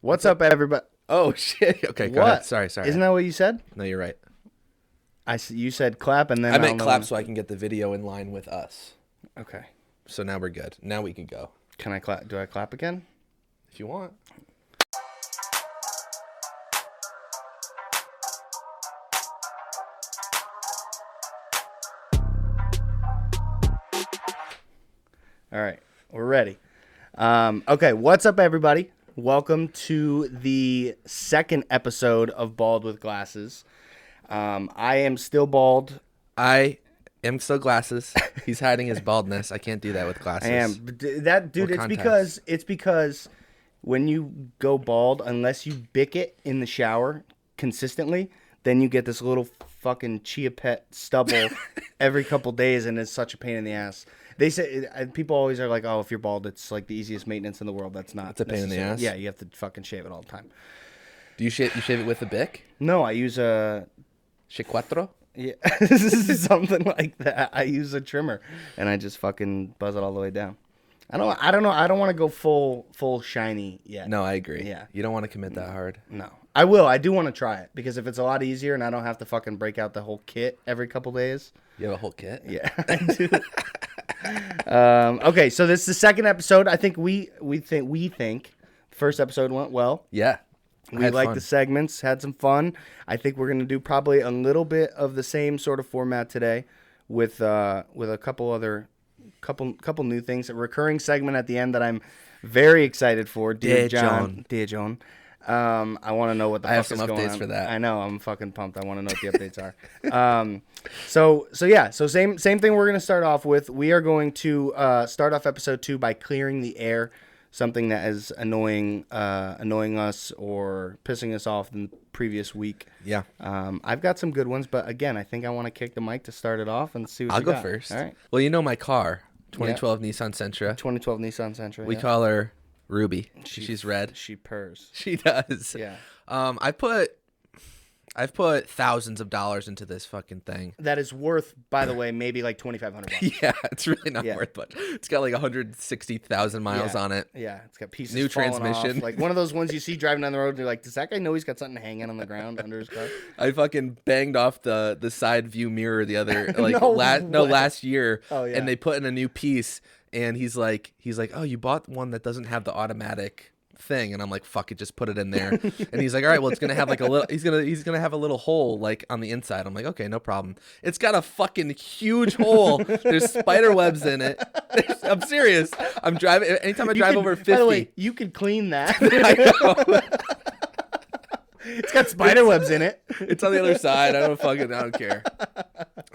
What's up, everybody? Oh shit. Okay. Go ahead. What? Sorry. Sorry. Isn't that what you said? no, you're right. I s- you said clap and then I don't meant know clap so I can get the video in line with us. when- Okay. So now we're good. Now we can go Can I clap? Do I clap again? if you want. All right, we're ready. Um, okay, what's up, everybody? Welcome to the second episode of Bald with Glasses. Um, I am still bald. I am still glasses. He's hiding his baldness. I can't do that with glasses. I am But d- that dude. It's contacts. because it's because when you go bald, unless you bick it in the shower consistently, then you get this little fucking chia pet stubble every couple days, and it's such a pain in the ass. They say uh, people always are like, "Oh, if you're bald, it's like the easiest maintenance in the world." That's not. It's a pain in the ass. Yeah, you have to fucking shave it all the time. Do you shave? You shave it with a bic? No, I use a Chiquatro? yeah, something like that. I use a trimmer and I just fucking buzz it all the way down. I don't. I don't know. I don't want to go full full shiny yet. No, I agree. Yeah. You don't want to commit that hard. no. I will. I do want to try it because if it's a lot easier and I don't have to fucking break out the whole kit every couple days. You have a whole kit. Yeah. I do. um, okay, so this is the second episode. I think we we think we think first episode went well. Yeah. I We had liked fun. the segments, had some fun. I think we're gonna do probably a little bit of the same sort of format today, with uh, with a couple other, couple couple new things. A recurring segment at the end that I'm very excited for. Dear, Dear John, John. dear John. Um, I want to know what the I fuck have is some going updates on. for that. I know I'm fucking pumped. I want to know what the updates are. Um, so so yeah, so same same thing. We're gonna start off with. We are going to uh, start off episode two by clearing the air, something that is annoying uh, annoying us or pissing us off in the previous week. Yeah. Um, I've got some good ones, but again, I think I want to kick the mic to start it off and see what I'll you go got. first. All right. Well, you know my car, 2012 Nissan Sentra. 2012 Nissan Sentra. We yeah. call her Ruby. She's red. She purrs. She does. Yeah. Um, I put, I've put thousands of dollars into this fucking thing. That is worth, by the way, maybe like 2,500 bucks. Yeah, it's really not Yeah. worth much. It's got like 160,000 miles Yeah. on it. Yeah, it's got pieces. New falling off, transmission. like one of those ones you see driving down the road. And you're like, does that guy know he's got something hanging on the ground under his car? I fucking banged off the the side view mirror the other like No la- no way. last year. Oh, yeah. And they put in a new piece, and he's like he's like, oh, you bought one that doesn't have the automatic thing, and I'm like, fuck it, just put it in there. and he's like, all right, well, it's gonna have like a little. He's gonna he's gonna have a little hole like on the inside. I'm like, okay, no problem. It's got a fucking huge hole. There's spider webs in it. I'm serious. I'm driving. Anytime I You drive could- over 50. By the way, you could clean that. I know. it's got spider webs in it. It's on the other side. I don't fucking. I don't care.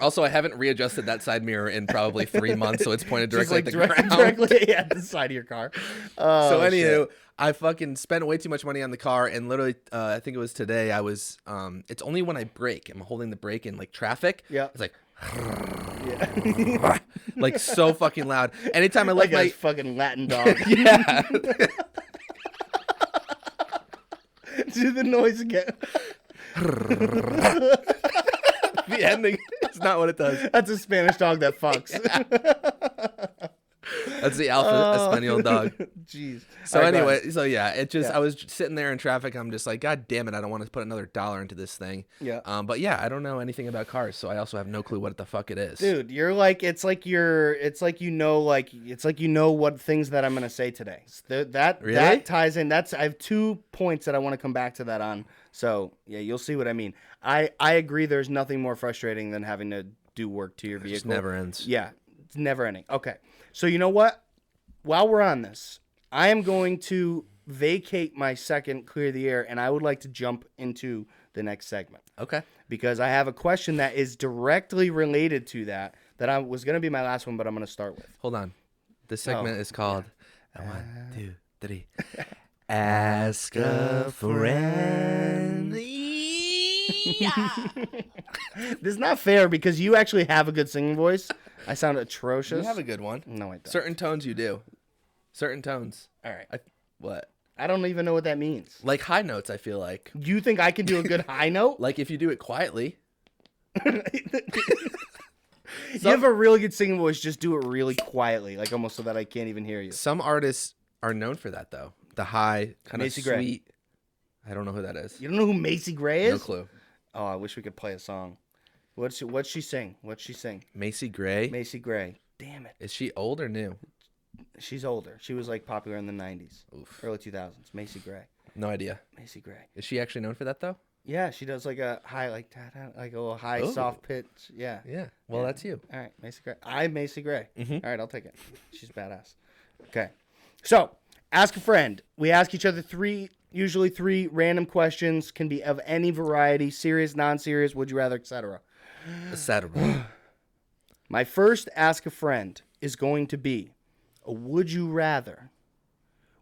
Also, I haven't readjusted that side mirror in probably three months, so it's pointed Just directly like at the direct, ground. directly yeah, at the side of your car. Oh, so, shit. anywho, I fucking spent way too much money on the car, and literally, uh, I think it was today. I was. Um, it's only when I brake. I'm holding the brake in like traffic. Yeah. It's like Yeah. like so fucking loud. Anytime I let like, my a fucking Latin dog. yeah. Do the noise again. the ending. It's not what it does. That's a Spanish dog that fucks. That's the alpha Oh. Espanol dog. Jeez. So All right, go ahead. anyway, so yeah, it just Yeah. I was j- sitting there in traffic. I'm just like, God damn it, I don't want to put another dollar into this thing. Yeah. Um, but yeah, I don't know anything about cars, so I also have no clue what the fuck it is. Dude, you're like it's like you're it's like you know like it's like you know what things that I'm gonna say today. S- th- that Really? that ties in. That's I have two points that I want to come back to that on. So yeah, you'll see what I mean. I I agree. There's nothing more frustrating than having to do work to your it just vehicle. never ends. Yeah, it's never ending. Okay, so you know what? While we're on this, I am going to vacate my second clear the air, and I would like to jump into the next segment Okay. because I have a question that is directly related to that. That I was going to be my last one, but I'm going to start with. Hold on. This Oh, segment is called Uh, One, Two, Three. Ask a friend. This is not fair because you actually have a good singing voice. I sound You atrocious. have a good one. no, I don't. Certain tones you do. Certain tones. All right, I what? I don't even know what that means. Like high notes. I feel like. You think I can do a good high note? Like if you do it quietly. you have a really good singing voice. Just do it really quietly, like almost so that I can't even hear you. Some artists are known for that though. The high kind Macy of Gray. sweet. I don't know who that is. You don't know who Macy Gray No is? clue. Oh, I wish we could play a song. What's she, what's she sing? What's she sing? Macy Gray. Macy Gray. Damn it. Is she old or new? She's older. She was like popular in the 90s, Oof. early 2000s. Macy Gray. No idea. Macy Gray. Is she actually known for that though? Yeah, she does like a high, like da, da, like a little high, Oh. soft pitch. Yeah. Yeah. Well, that's you. All right, Macy Gray. I'm Macy Gray. All right, I'll take it. She's badass. Okay. So, ask a friend. We ask each other three, usually three random questions, can be of any variety serious, non serious, would you rather, etc. Saturday. My first ask a friend is going to be a would you rather.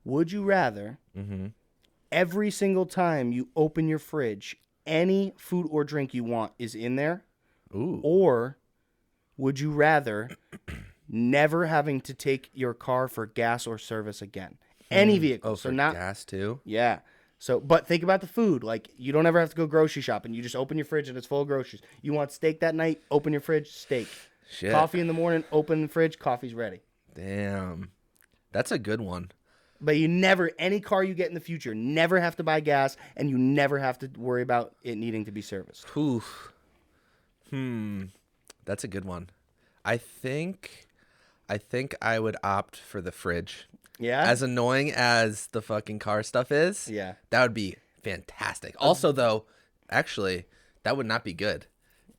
Would you rather Mm-hmm. every single time you open your fridge, any food or drink you want is in there? Ooh. Or would you rather never having to take your car for gas or service again? Any vehicle. Oh, so for not gas too. yeah. So but think about the food. Like you don't ever have to go grocery shopping. You just open your fridge and it's full of groceries. You want steak that night, open your fridge, steak. Shit. Coffee in the morning, open the fridge, coffee's ready. Damn. That's a good one. But you never any car you get in the future, never have to buy gas and you never have to worry about it needing to be serviced. Oof. Hmm. That's a good one. I think I think I would opt for the fridge. Yeah? As annoying as the fucking car stuff is, Yeah. Um, That would be fantastic. Also though, actually, that would not be good.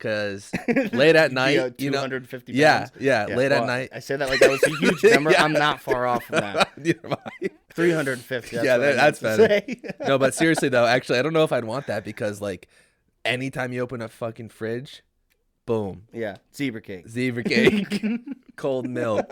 Cause late at night, Yeah, you know, 250 yeah, pounds. yeah, late well, at night. I said that like that was a huge number. Yeah. I'm not far off from that. Neither am I. 350. That's Yeah, what I that- meant that's to better. say. no, but seriously though, actually, I don't know if I'd want that because like, anytime you open a fucking fridge, boom, yeah, zebra cake. zebra cake, cold milk.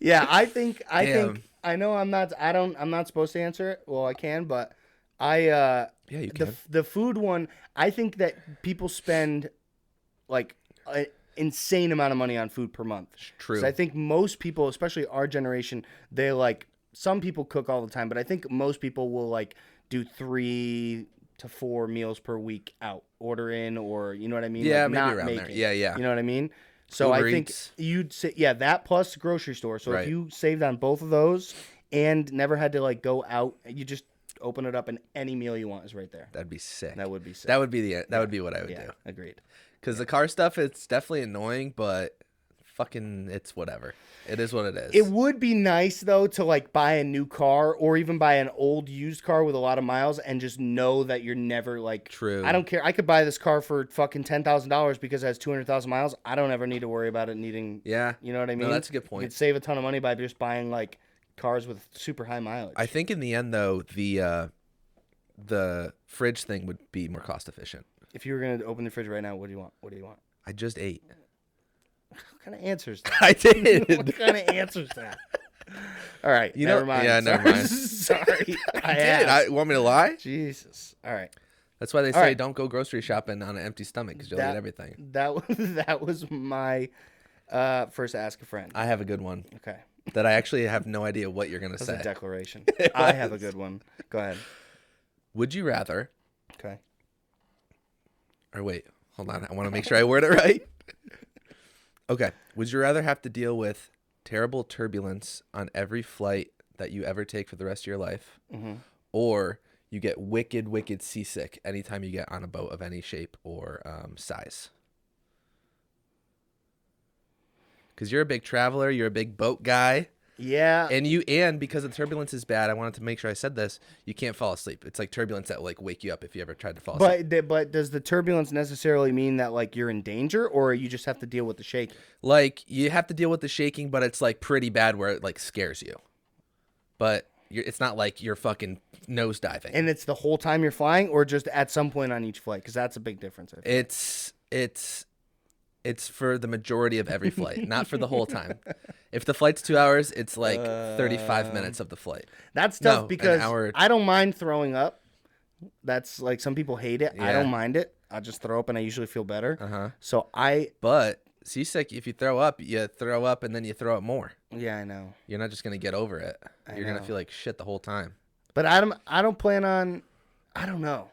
Yeah, I think I Damn. think I know I'm not I don't I'm not supposed to answer it. Well, I can, but I uh Yeah, you the can. the food one, I think that people spend like an insane amount of money on food per month. True. 'Cause I think most people, especially our generation, they like some people cook all the time, but I think most people will like do three to four meals per week out, order in, or you know what I mean? Yeah, Like, maybe not around make there. it. Yeah, yeah. You know what I mean? So Uber I think Eats. you'd say yeah, that plus grocery store. So Right. if you saved on both of those and never had to like go out, you just open it up and any meal you want is right there. That'd be sick. That would be sick. That would be the that would be what I would yeah, do. agreed. Because the car stuff, it's definitely annoying, but fucking, it's whatever. It is what it is. It would be nice though to like buy a new car or even buy an old used car with a lot of miles and just know that you're never like True. I don't care. I could buy this car for fucking ten thousand dollars because it has two hundred thousand miles. I don't ever need to worry about it needing. yeah. You know what I No, mean? that's a good You point. could save a ton of money by just buying like cars with super high mileage. I think in the end though, the uh, the fridge thing would be more cost efficient. if you were gonna open the fridge right now, what do you want? What do you want? I just ate. What kind of answers? That? I did. what kind of answers that? All right. You never know- mind. yeah, Sorry. never mind. Sorry. I, I did. asked. I, want me to lie? Jesus. All right. That's why they say right. don't go grocery shopping on an empty stomach because you'll That- eat everything. That was that was my uh, first ask a friend. I have a good one Okay, that I actually have no idea what you're gonna that's a say. declaration. I have a good one. Go ahead. Would you rather? Okay. Or wait, hold on. I want to make sure I word it right. Okay. Would you rather have to deal with terrible turbulence on every flight that you ever take for the rest of your life, Mm-hmm. or you get wicked, wicked seasick anytime you get on a boat of any shape or um, size? Because you're a big traveler, you're a big boat guy, Yeah. and you and because the turbulence is bad, I wanted to make sure I said this. You can't fall asleep. It's like turbulence that will, like wake you up if you ever tried to fall asleep. but th- but does the turbulence necessarily mean that like you're in danger, or you just have to deal with the shake? like you have to deal with the shaking but it's like pretty bad where it like scares you but you're, it's not like you're fucking nose diving And it's the whole time you're flying, or just at some point on each flight? Because that's a big difference. I think. it's it's it's for the majority of every flight not for the whole time if the flight's two hours it's like 35 minutes of the flight That's No, tough an because hour- I don't mind throwing up. That's like some people hate it. I Yeah. don't mind it. I just throw up and I usually feel better. uh-huh So I but seasick if you throw up you throw up and then you throw up more yeah I know. you're not just gonna get over it you're gonna know. feel like shit the whole time But I don't. I don't plan on. I don't know.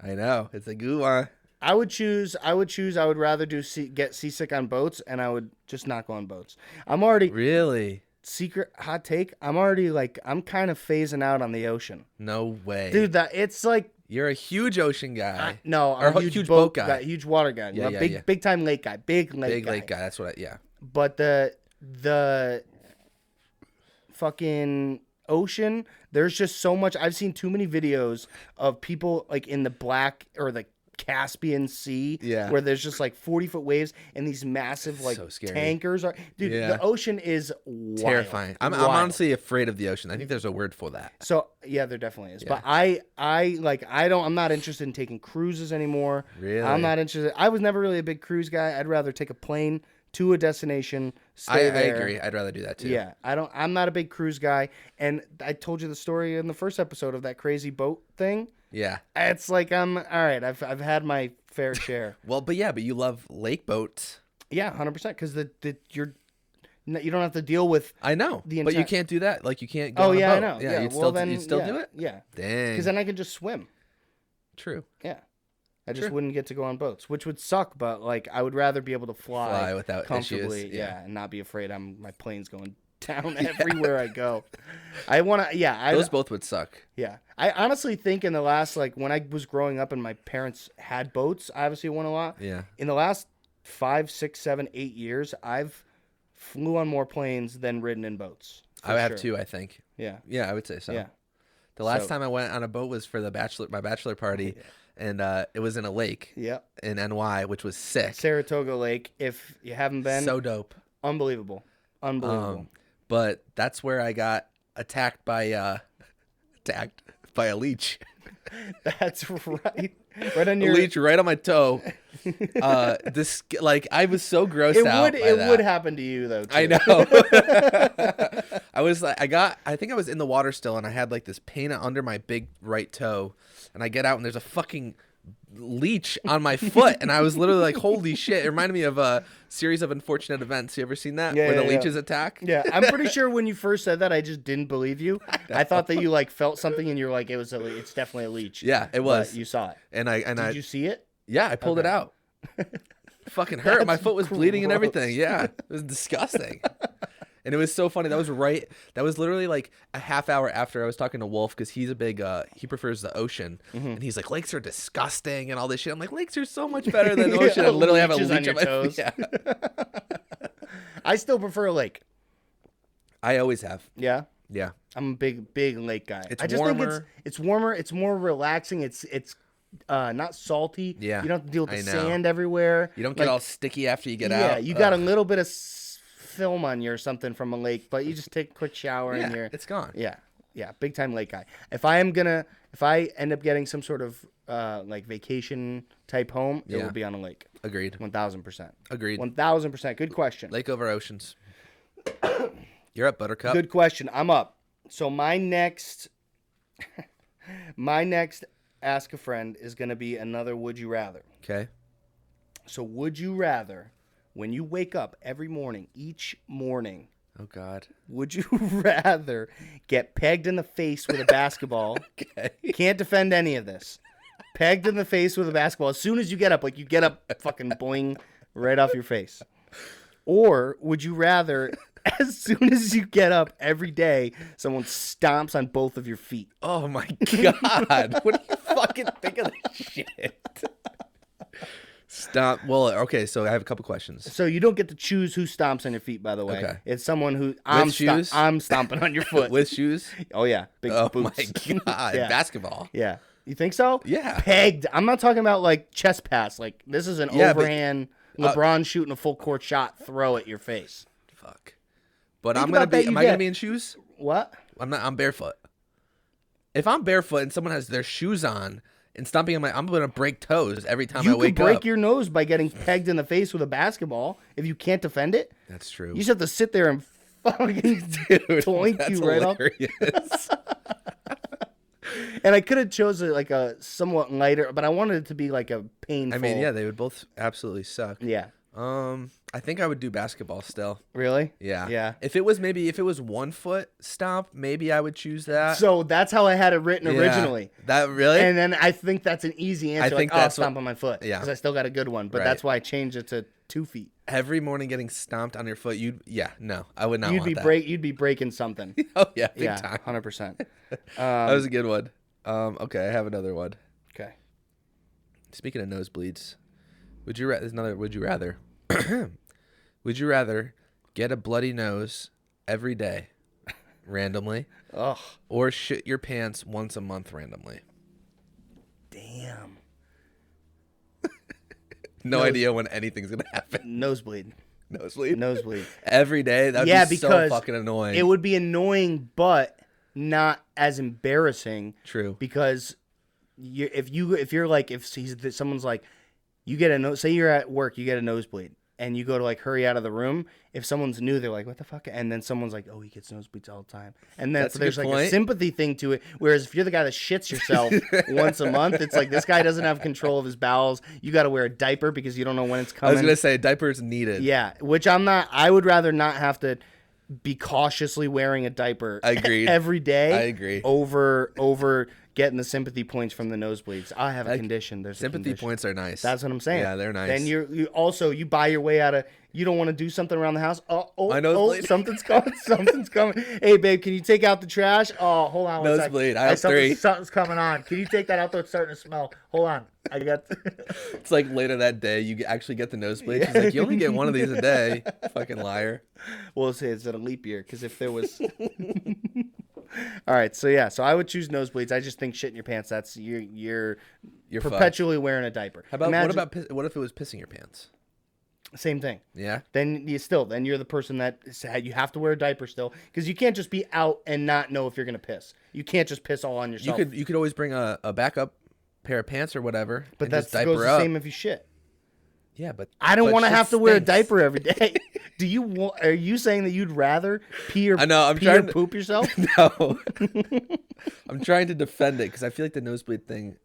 i know it's a goo one I would choose. I would choose. I would rather do sea, get seasick on boats, and I would just not go on boats. I'm already. really secret hot take. I'm already like I'm kind of phasing out on the ocean, No way. dude. That it's like You're a huge ocean guy. no, Or I'm a huge, boat, guy. huge water guy, Yeah, a yeah, big yeah. big time lake guy, big lake Big guy. lake guy. That's what I, yeah. But the the fucking ocean, there's just so much. I've seen too many videos of people like in the black or the Caspian Sea, Yeah. where there's just like 40 foot waves and these massive like so scary. tankers are. Dude, Yeah. the ocean is wild, Terrifying. I'm, I'm wild. honestly afraid of the ocean. I think there's a word for that. So yeah, there definitely is. But I, I like, I don't. I'm not interested in taking cruises anymore. Really? I'm not interested. I was never really a big cruise guy. I'd rather take a plane to a destination. I, I Stay there. agree. I'd rather do that too. Yeah, I don't. I'm not a big cruise guy. And I told you the story in the first episode of that crazy boat thing. Yeah. It's like I'm all right. I've I've had my fair share. Well, but yeah, but you love lake boats. yeah, hundred percent. Because the the you're you don't have to deal with. I know. The but you entire- can't do that. Like you can't go Oh on a yeah, I boat. know. Yeah, Yeah, you'd well still, then you'd still yeah, do it? Yeah, Dang. because then I could just swim. True. Yeah. I just Sure. wouldn't get to go on boats, which would suck, but like I would rather be able to fly, Fly without comfortably, issues, Yeah. yeah. and not be afraid I'm my plane's going down everywhere I go. I want to yeah, I Those both would suck. yeah. I honestly think in the last like when I was growing up and my parents had boats, I obviously won a lot. Yeah. In the last five, six, seven, eight years, I've flew on more planes than ridden in boats. for I would have sure. two, I think. Yeah. Yeah, I would say so. Yeah. The last So- time I went on a boat was for the bachelor my bachelor party and uh, it was in a lake Yeah. in NY, which was sick. Saratoga Lake, if you haven't been, so dope. unbelievable. Unbelievable. Um, but that's where I got attacked by uh attacked by a leech. That's right. Right on A your. leech right on my toe. Uh this like I was so grossed it out. would by it that. would happen to you though. I too. know. I was like, I got, I think I was in the water still, and I had like this pain under my big right toe, and I get out, and there's a fucking leech on my foot, and I was literally like, holy shit! It reminded me of a series of unfortunate events. You ever seen that? Yeah, Where yeah, the yeah. leeches attack. Yeah, I'm pretty sure when you first said that, I just didn't believe you. I, thought that you like felt something, and you're like, "It was a, le- it's definitely a leech." Yeah, it But was. you saw it. And I and I Did you see it? yeah, I pulled it Okay. out. fucking hurt. My That's foot was bleeding and gross. everything. Yeah, it was disgusting. and it was so funny. That was right. That was literally like a half hour after I was talking to Wolf because he's a big. uh He prefers the ocean, Mm-hmm. and he's like, lakes are disgusting and all this shit. I'm like, lakes are so much better than the Yeah, ocean. I literally have a leeches leech on your on my toes. Yeah. I still prefer a lake. I always have. Yeah, Yeah. I'm a big big lake guy. It's I just think it's warmer. it's warmer. It's more relaxing. It's it's uh, not salty. Yeah, you don't have to deal with I the know. sand everywhere. You don't get all sticky after you get out. Uh, Yeah, you got a Ugh. little bit of s- film on you or something from a lake, but you just take a quick shower and Yeah, you're it's gone. yeah, yeah, big time lake guy. If I am gonna, if I end up getting some sort of uh, like vacation type home, it Yeah. will be on a lake, Agreed. one thousand percent, Agreed. one thousand percent. Good question. Lake over oceans. You're up, Buttercup. Good question. I'm up. So my next, my next ask a friend is gonna be another would you rather. Okay. So would you rather, when you wake up every morning, each morning. Oh God. Would you rather get pegged in the face with a basketball? Okay. Can't defend any of this. Pegged in the face with a basketball. As soon as you get up, like you get up, fucking boing, right off your face. Or would you rather, as soon as you get up every day, someone stomps on both of your feet? Oh my god. what do you fucking think of this shit? Stop. Well, okay, so I have a couple questions. So you don't get to choose who stomps on your feet. By the way, Okay. it's someone who I'm sto- shoes? I'm stomping on your foot. With shoes? oh yeah, big Oh boots. my god. Yeah. Basketball. Yeah. You think so? Yeah. Pegged. I'm not talking about like chest pass. Like this is an Yeah, but- uh, overhand LeBron shooting a full court shot throw at your face. Fuck. But I'm gonna about that, be you am I gonna get- be in shoes? What? I'm not I'm barefoot. If I'm barefoot and someone has their shoes on and stomping on my I'm gonna break toes every time I You could wake break up. your nose by getting pegged in the face with a basketball if you can't defend it. That's true. You just have to sit there and fucking toink you right off. hilarious. And I could have chosen like a somewhat lighter, but I wanted it to be like a painful. I mean, yeah, they would both absolutely suck. Yeah. Um I think I would do basketball still. Really? Yeah. Yeah. If it was maybe if it was one foot stomp, maybe I would choose that. So that's how I had it written Uh, Yeah. originally. That really? And then I think that's an easy answer. think like, oh, that's what- stomp on my foot. Yeah. Because I still got a good one. But Right. that's why I changed it to two feet. every morning getting stomped on your foot, you'd yeah, no, I would not you'd want be that. break. You'd be breaking something. oh yeah, big yeah, time. hundred percent. that was a good one. Um, okay, I have another one. Okay. Speaking of nosebleeds, would you ra- there's another? Would you rather? would you rather get a bloody nose every day, randomly, Ugh. or shit your pants once a month randomly? Damn. No idea when anything's gonna happen. Nosebleed. Nosebleed. Nosebleed. Every day. That'd yeah, be because so fucking annoying. It would be annoying, but not as embarrassing. True. because you if you if you're like if he's that someone's like you get a no say you're at work you get a nosebleed and you go to like hurry out of the room if someone's new they're like what the fuck and then someone's like oh he gets nosebleeds all the time and then That's a there's good like a point. sympathy thing to it whereas if you're the guy that shits yourself once a month it's like this guy doesn't have control of his bowels you got to wear a diaper because you don't know when it's I coming was gonna say diapers needed. yeah which I'm not I would rather not have to be cautiously wearing a diaper e-, Agreed. every day I agree. over over getting the sympathy points from the nosebleeds. I have a condition. There's a Sympathy condition. points are nice. That's what I'm saying. Yeah, they're nice. Then you you also you buy your way out of. You don't want to do something around the house. Oh, oh, My oh nosebleed. something's coming. Something's coming. Hey, babe, can you take out the trash? Oh, hold on. one sec. Nosebleed, Hey, aisle something- three. Something's coming on. Can you take that out? though? It's starting to smell. Hold on. I got. It's like later that day you get- actually get the nosebleed. She's like, you only get one of these a day. Fucking liar. Well, say it's at a leap year because if there was. All right, so yeah, so I would choose nosebleeds. I just think shit in your pants. That's you're you're, You're fucked. perpetually wearing a diaper. How about Imagine- what about piss- what if it was pissing your pants? same thing? Yeah. Then you still then you're the person that said you have to wear a diaper still because you can't just be out and not know if you're gonna piss. You can't just piss all on You yourself. could you could always bring a, a backup pair of pants or whatever. but and that just goes diaper the up. same if you shit. Yeah, but I don't but want to shit have to wear a stinks. diaper every day. Do you want? Are you saying that you'd rather pee or I know, I'm pee or trying to- poop yourself? No. I'm trying to defend it because I feel like the nosebleed thing.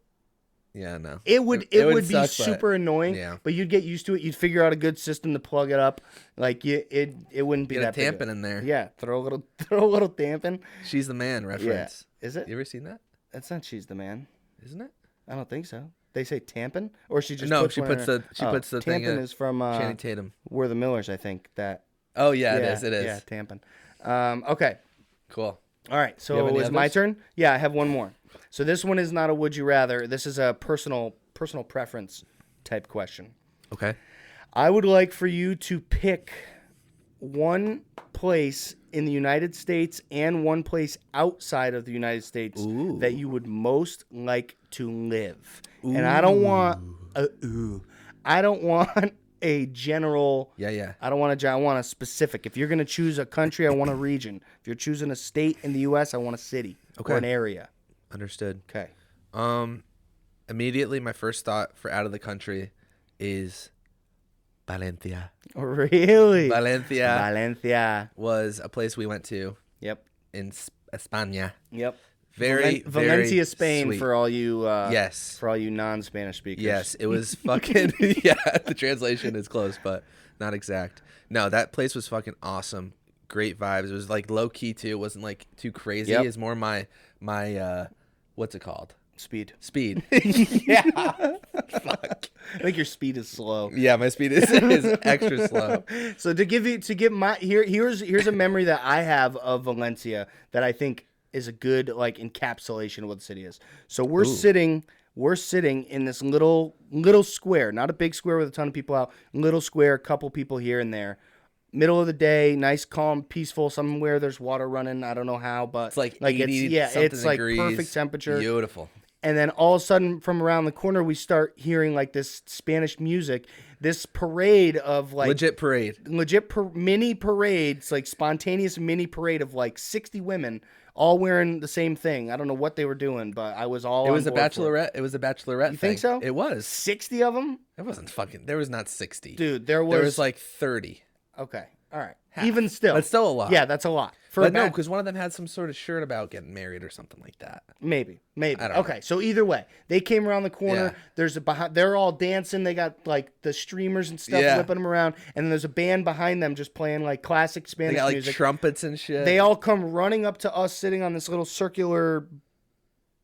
Yeah, no. It would it, would, be suck, but- super annoying, yeah. but you'd get used to it. You'd figure out a good system to plug it up. Like you, it it wouldn't be Get a that big of- tampon in there. Yeah, throw a little throw a little tampon. She's the man reference. Is it? You ever seen that? That's not she's the man. Isn't it? I don't think so. They say tampon, or she just No, Puts she one in puts her- the- she oh, puts the tampon thing in- is from uh, Channing Tatum. We're the Millers, I think. That Oh yeah, yeah, it is. It is. yeah tampon. Um, okay, Cool. all right. have So any it's my others? turn. Yeah, I have one more. So this one is not a would you rather. This is a personal personal preference type question. Okay. I would like for you to pick one place in the United States and one place outside of the United States that you would most like to live. And I don't want a ooh. I don't want a general Yeah, yeah. I don't want a gen- I want a specific. If you're going to choose a country, I want a region. If you're choosing a state in the US, I want a city Okay. or an area. Understood. Okay. Um, immediately my first thought for out of the country is Valencia. Really? Valencia Valencia. was a place we went to Yep. in S- España. Yep. Very, Valen- Valencia, very Spain, sweet. for all you uh, yes, for all you non-Spanish speakers. yes. It was fucking yeah. The translation is close, but not exact. No, that place was fucking awesome. Great vibes. It was like low key too. It wasn't like too crazy. Yep. It's more my my uh, what's it called? speed. Speed. Yeah, fuck. I think your speed is slow. yeah, my speed is, is extra slow. So to give you to give my here here's here's a memory that I have of Valencia that I think is a good like encapsulation of what the city is. So we're sitting we're sitting in this little little square, not a big square with a ton of people out, little square, couple people here and there. Middle of the day, nice, calm, peaceful. Somewhere there's water running. I don't know how, but It's like, like 80 it's yeah, something it's like degrees. perfect temperature. Beautiful. and then all of a sudden from around the corner we start hearing like this spanish music this parade of like legit, Legit parade. par- mini parades like spontaneous mini parade of like 60 women all wearing the same thing i don't know what they were doing but i was all It was a bachelor. bachelorette. It was a bachelorette. You think so? It was. 60 of them It wasn't fucking. There was not sixty. dude there was, there was like thirty. okay all right even still That's still a lot. yeah that's a lot for a But no, bac- because one of them had some sort of shirt about getting married or something like that. Maybe, maybe. I don't know. okay, so either way, they came around the corner. Yeah. There's a behind. They're all dancing. They got like the streamers and stuff Yeah. whipping them around, and then there's a band behind them just playing like classic Spanish They got like music. trumpets and shit. they all come running up to us, sitting on this little circular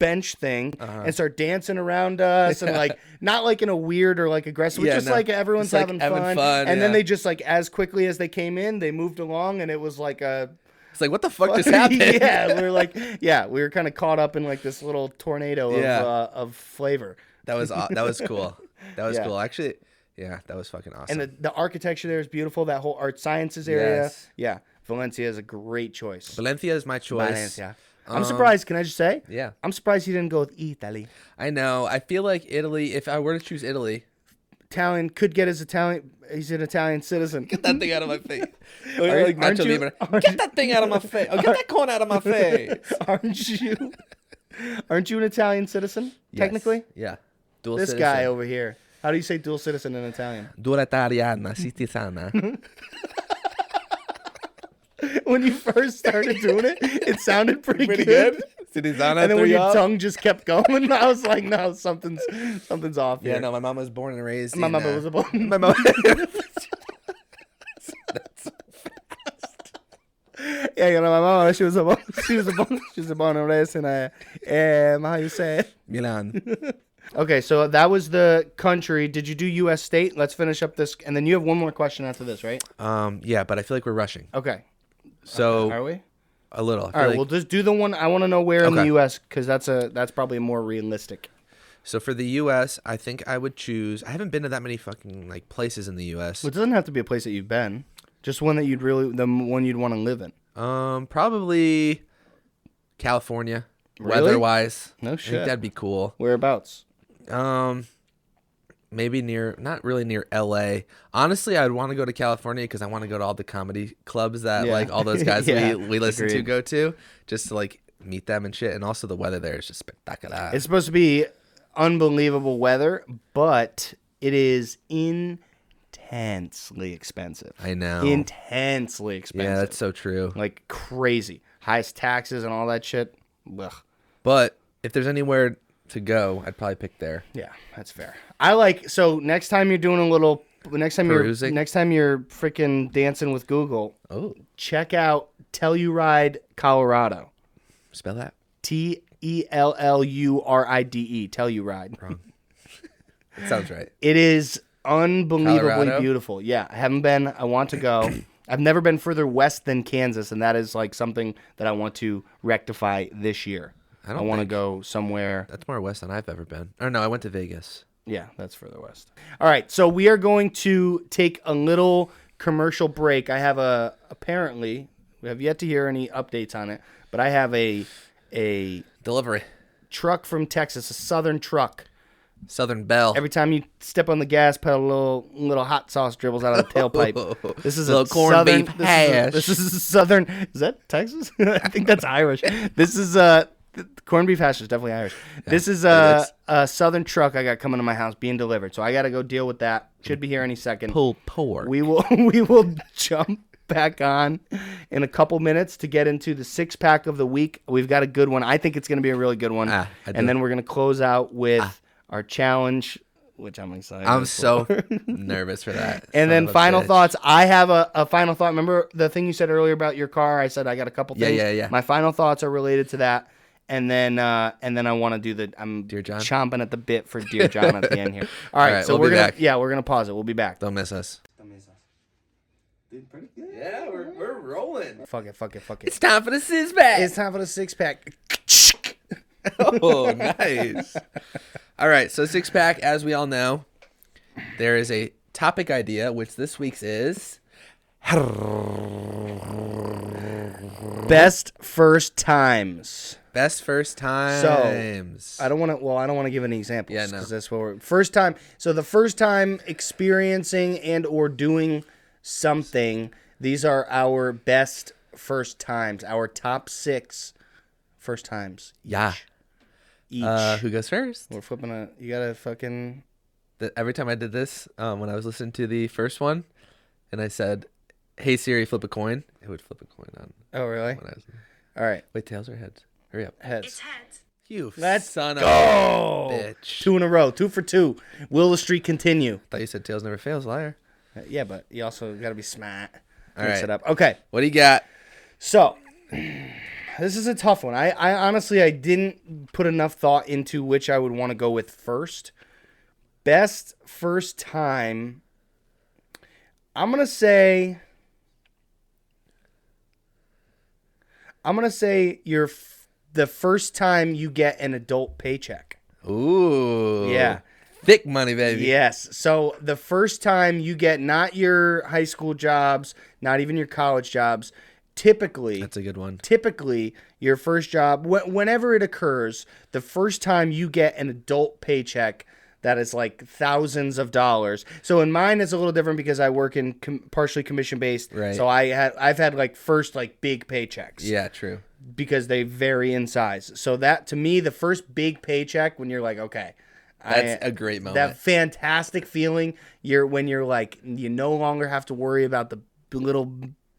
bench thing Uh-huh. and start dancing around us and like not like in a weird or like aggressive, but Yeah, just no. like everyone's Just, like, having, having fun. fun, And then yeah. they just like as quickly as they came in, they moved along, and it was like a It's like what the fuck just happened? yeah, we were like yeah, we were kind of caught up in like this little tornado Yeah. of uh, of flavor. that was aw- that was cool. That was Yeah. cool. Actually, yeah, that was fucking awesome. And the, the architecture there is beautiful. That whole art sciences area, Yes. yeah, Valencia is a great choice. Valencia is my choice. Valencia. I'm surprised. Can I just say? Yeah, I'm surprised you didn't go with Italy. I know. I feel like Italy. If I were to choose Italy, Italian could get his Italian. He's an Italian citizen. get that thing out of my face. Are- Like aren't Nacho you- Libre. aren't Get that thing out of my face. Oh, get that corn out of my face. aren't you? Aren't you an Italian citizen? Technically, Yes. yeah. Dual this citizen. guy over here. How do you say dual citizen in Italian? Dual Italiana, citizen. When you first started doing it, it sounded pretty, Pretty good. good. Citizen. And then when three your up. tongue just kept going, I was like, no, something's something's off. Yeah, here. no, my mom was born and raised. my in, mama uh, was a bum. My mom. Yeah, you know, my mama, she was a bum. She was a bum. She was a bum and raised in a, um, how you say it? Milan. Okay, so that was the country. Did you do U.S. state? Let's finish up this, and then you have one more question after this, right? Um, yeah, but I feel like we're rushing. Okay. So Are we? All a little. I feel right. like- we'll just do the one. I want to know where in the Okay. U.S. because that's a that's probably more realistic. so for the U.S., I think I would choose. I haven't been to that many fucking like places in the U.S. It doesn't have to be a place that you've been. Just one that you'd really the one you'd want to live in. Um, probably California. Really? Weather-wise, No I shit. think that'd be cool. Whereabouts? Um, maybe near, not really near L.A. Honestly, I'd want to go to California because I want to go to all the comedy clubs that Yeah. like all those guys Yeah, we we listen to agreed. go to, just to like meet them and shit. And also the weather there is just spectacular. It's supposed to be unbelievable weather, but it is intensely expensive. I know. Intensely expensive. yeah, that's so true. like crazy. Highest taxes and all that shit. Ugh. But if there's anywhere to go, I'd probably pick there. Yeah, that's fair. I like so next time you're doing a little next time Perusing? you're next time you're freaking dancing with Google, Oh, check out Telluride, Colorado. spell that. T E L L U R I D E, Telluride. It sounds right. It is unbelievably Colorado? beautiful. Yeah, I haven't been. I want to go. I've never been further west than Kansas, and that is like something that I want to rectify this year. I, don't want to go somewhere. That's more west than I've ever been. Or no, I went to Vegas. Yeah, that's further west. All right, so we are going to take a little commercial break. I have a apparently we have yet to hear any updates on it, but I have a a Delivery. truck from Texas, a southern truck. Southern Belle. Every time you step on the gas pedal, a little little hot sauce dribbles out of the tailpipe. This is a, Little corned southern. beef this, is a, hash. this is a southern. Is that Texas? I think that's Irish. This is a corned beef hash is definitely Irish. this is it a, is. a southern truck I got coming to my house being delivered, so I got to go deal with that. Should be here any second. pull pork. We will we will jump back on in a couple minutes to get into the six pack of the week. We've got a good one. I think it's going to be a really good one. Ah, I do. Ah. and then we're going to close out with our challenge, which I'm excited. I'm for. so nervous for that. son And then of a final bitch. thoughts. I have a, a final thought. Remember the thing you said earlier about your car? I said I got a couple Yeah, things. yeah, yeah. My final thoughts are related to that. And then uh, and then I want to do the I'm Dear John? chomping at the bit for Dear John at the end here. All right, right, so we'll we're be gonna back. yeah we're gonna pause it. We'll be back. Don't miss us. Yeah, we're, we're rolling. fuck it, fuck it, fuck it. It's time for the six pack. It's time for the six pack. oh, nice. All right, so six pack. As we all know, there is a topic idea, which this week's is Best first times. best first times. I don't want to. Well, I don't want to give any examples. Yeah, no. 'cause that's what we're first time. So the first time experiencing and or doing something. These are our best first times. Our top six first times. yeah. Each. Uh, who goes first? we're flipping a. You gotta fucking. the, every time I did this, um, when I was listening to the first one, and I said, "Hey Siri, flip a coin," it would flip a coin on. Oh really? When I was, All right. wait, tails or heads? Hurry up! Heads. You Let's son go. of a bitch! Two in a row. Two for two. Will the streak continue? Thought you said tails never fails, liar. Uh, Yeah, but you also gotta be smart. All Mix right. it up. Okay. What do you got? So, this is a tough one. I, I honestly I didn't put enough thought into which I would want to go with first. Best first time. I'm gonna say. I'm gonna say your f- the first time you get an adult paycheck. Ooh. Yeah. Thick money, baby. Yes. So the first time you get not your high school jobs, not even your college jobs, typically That's a good one. typically your first job wh- whenever it occurs the first time you get an adult paycheck that is like thousands of dollars so in mine it's a little different because i work in com- partially commission based Right. so i had i've had like first like big paychecks Yeah, true. because they vary in size so that to me the first big paycheck when you're like okay That's I- a great moment. that fantastic feeling you're when you're like you no longer have to worry about the b- little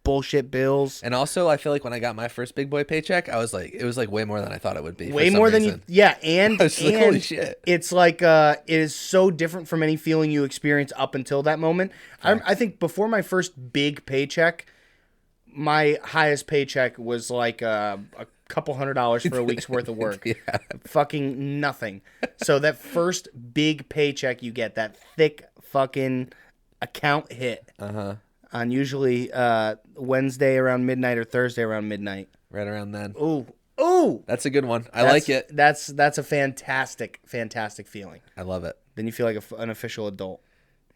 bullshit bills and also, I feel like when I got my first big boy paycheck, I was like, it was like way more than I thought it would be. for way some more than you reason. yeah and, I was like, and holy shit. it's like uh it is so different from any feeling you experience up until that moment I, I think before my first big paycheck my highest paycheck was like uh, a couple hundred dollars for a week's worth of work Yeah. fucking nothing so that first big paycheck you get that thick fucking account hit Uh huh. on usually uh wednesday around midnight or thursday around midnight Right around then. ooh ooh That's a good one. I that's- like it. That's that's a fantastic, fantastic feeling. I love it. Then you feel like a f an official adult.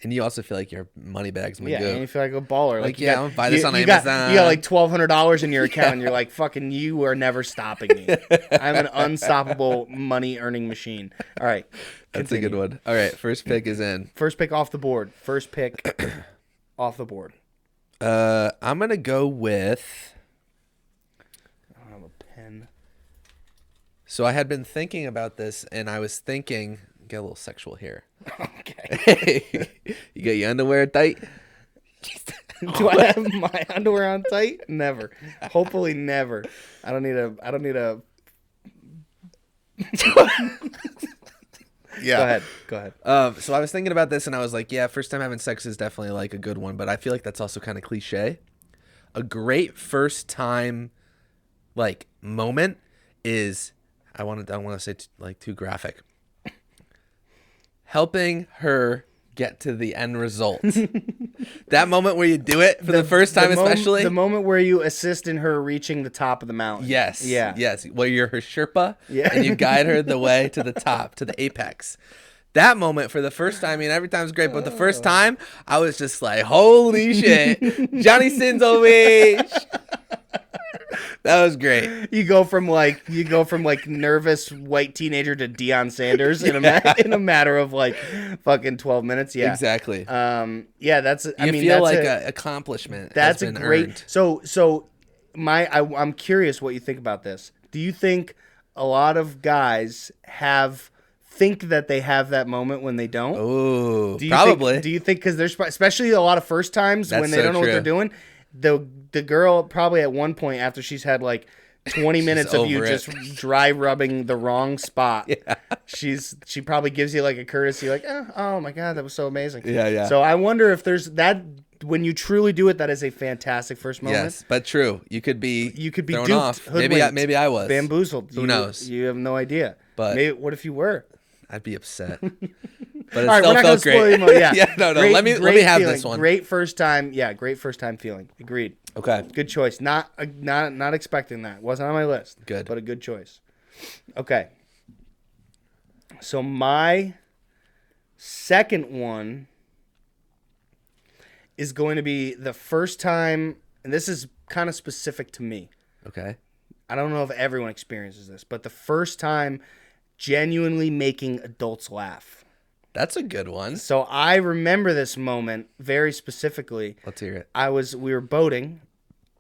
And you also feel like your money bag's gonna Yeah, go. and you feel like a baller. Like, Like, you yeah, got- I'm gonna buy this you- on you got- you got Amazon. like twelve hundred dollars in your account, and you're like, "Fucking, you are never stopping me. I'm an unstoppable money earning machine." All right, That's a good continue. one. All right, first pick is in. First pick off the board. First pick off the board. Uh, I'm gonna go with. I don't have a pen. So I had been thinking about this, and I was thinking, get a little sexual here. Okay. you got your underwear tight. Do I have my underwear on tight? Never. Hopefully, never. I don't need a. I don't need a. Yeah. Go ahead. Go ahead. Um, so I was thinking about this, and I was like, yeah, first time having sex is definitely like a good one, but I feel like that's also kind of cliche. A great first time, like moment is I wanted I don't want to say t- like too graphic. Helping her get to the end result. that moment where you do it for the, first time, the mom- especially. the moment where you assist in her reaching the top of the mountain. Yes. Yeah. Yes. Where you're her Sherpa Yeah. and you guide her the way to the top, to the apex. That moment for the first time, I mean, every time's great, but the Oh. first time, I was just like, holy shit, Johnny Sinzovich. that was great. You go from like you go from like nervous white teenager to Deion Sanders in a ma- in a matter of like fucking twelve minutes. Yeah. Exactly. Um. Yeah. That's. I you mean, feel that's like a, an accomplishment. that's has a been great. Earned. So so my I, I'm curious what you think about this. Do you think a lot of guys have think that they have that moment when they don't? Ooh, Do you probably. Think, do you think because there's sp- especially a lot of first times when That's they so don't know what they're true. doing, the the girl probably at one point after she's had like 20 minutes of you over it. just dry rubbing the wrong spot, she's she probably gives you like a courtesy like eh, oh my god that was so amazing Yeah, yeah. So I wonder if there's that when you truly do it that is a fantastic first moment. yes, but true. You could be. You could be thrown duped, off. Maybe I, hoodwinked, maybe I was. Bamboozled. Who You- knows? You have no idea. But- Maybe, what if you were? I'd be upset. But it still All right, we're not gonna felt spoil great. you more. Yeah, yeah. No, no. Great- let me let great me have feeling. this one. Great first time. Yeah, great first time feeling. Agreed. Okay. Good choice. Not uh, not not expecting that. Wasn't on my list. Good. but a good choice. Okay. So my second one is going to be the first time, and this is kind of specific to me. Okay. I don't know if everyone experiences this, but the first time genuinely making adults laugh. That's a good one. So I remember this moment very specifically. Let's hear it. I was we were boating.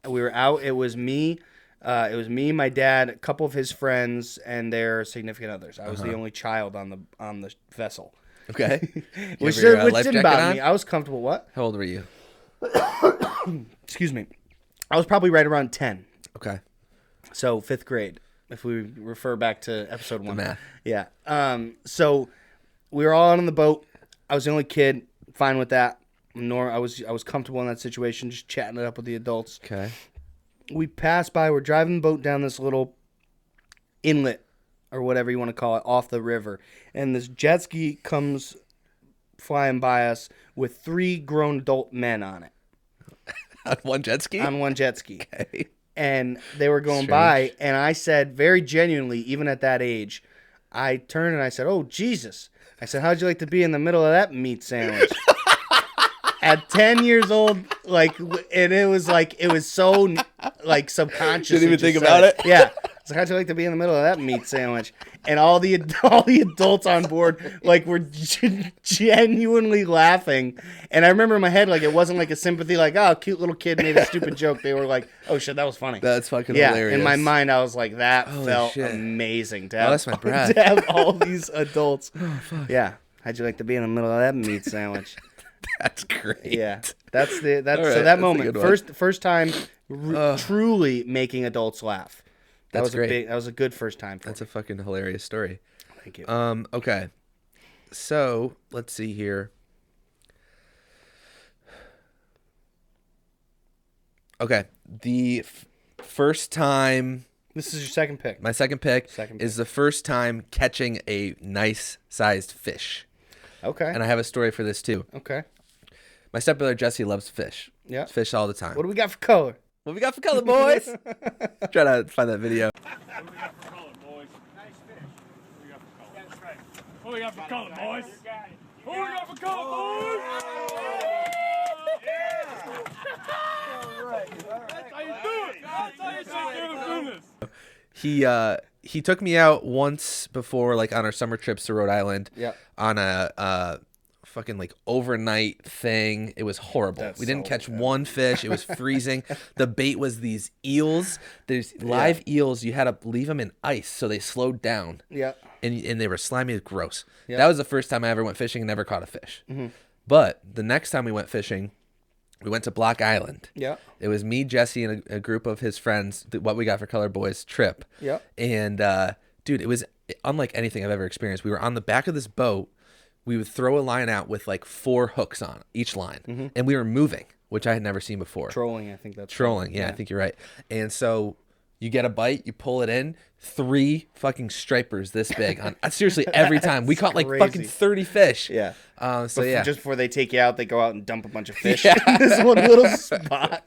We were out. It was me. Uh, it was me, my dad, a couple of his friends, and their significant others. I was Uh-huh. the only child on the on the vessel, Okay. which, your, uh, which life didn't jacket bother on? me. I was comfortable. What? How old were you? Excuse me. I was probably right around ten, Okay. so fifth grade, if we refer back to episode one. math. Yeah. Um. So we were all out on the boat. I was the only kid. Fine with that. Nor I was I was comfortable in that situation, just chatting it up with the adults. Okay. we pass by. We're driving the boat down this little inlet or whatever you want to call it off the river, and this jet ski comes flying by us with three grown adult men on it on one jet ski. on one jet ski. Okay. and they were going Strange. by and i said very genuinely even at that age i turned and i said oh jesus i said how'd you like to be in the middle of that meat sandwich at 10 years old like w- and it was like it was so n- like subconscious Didn't even it just think said about it? yeah so how'd you like to be in the middle of that meat sandwich and all the ad- all the adults on board like were gen- genuinely laughing and i remember in my head like it wasn't like a sympathy like oh cute little kid made a stupid joke they were like oh shit that was funny That's fucking yeah, hilarious. in my mind, I was like, that Holy felt shit. amazing to Oh, have, that's my Oh, breath. to have all these adults. Yeah. How'd you like to be in the middle of that meat sandwich? that's great. yeah. That's the that's All right, so that's that a moment good one. first first time r- truly making adults laugh. That That's was great. a big that was a good first time for That's a fucking hilarious story. me. Thank you. Um, okay. So let's see here. Okay. The f- first time, this is your second pick. my second pick, Second is the first time catching a nice sized fish. Okay. And I have a story for this too. Okay. My stepbrother Jesse loves fish. Yeah. Fish all the time. What do we got for color? What we got for color, boys? Try to find that video. What do we got for color, boys? Nice fish. What do we got for color? That's right. What do we got for color, boys? What do we got for color, boys? Yeah! That's how you do it. That's how you should do it. he uh he took me out once before like on our summer trips to Rhode Island. Yep. On a uh fucking like overnight thing. It was horrible. That's we didn't so catch bad. one fish. It was freezing. the bait was these eels. There's live eels. You had to leave them in ice so they slowed down. Yeah. And and they were slimy and gross. Yep. Mm-hmm. That was the first time I ever went fishing and never caught a fish. But the next time we went fishing, we went to Block Island. Yeah. It was me, Jesse, and a, a group of his friends. th- what we got for Color Boys trip. Yep. And uh, dude, it was unlike anything I've ever experienced. We were on the back of this boat. We would throw a line out with like four hooks on each line, Mm-hmm. and we were moving, which I had never seen before. Trolling, I think that's Trolling. Yeah, I think you're right. And so you get a bite, you pull it in, three fucking stripers this big. On uh, seriously, every time we caught like fucking crazy. thirty fish. Yeah. Uh, so yeah, Just before they take you out, they go out and dump a bunch of fish in this one little spot.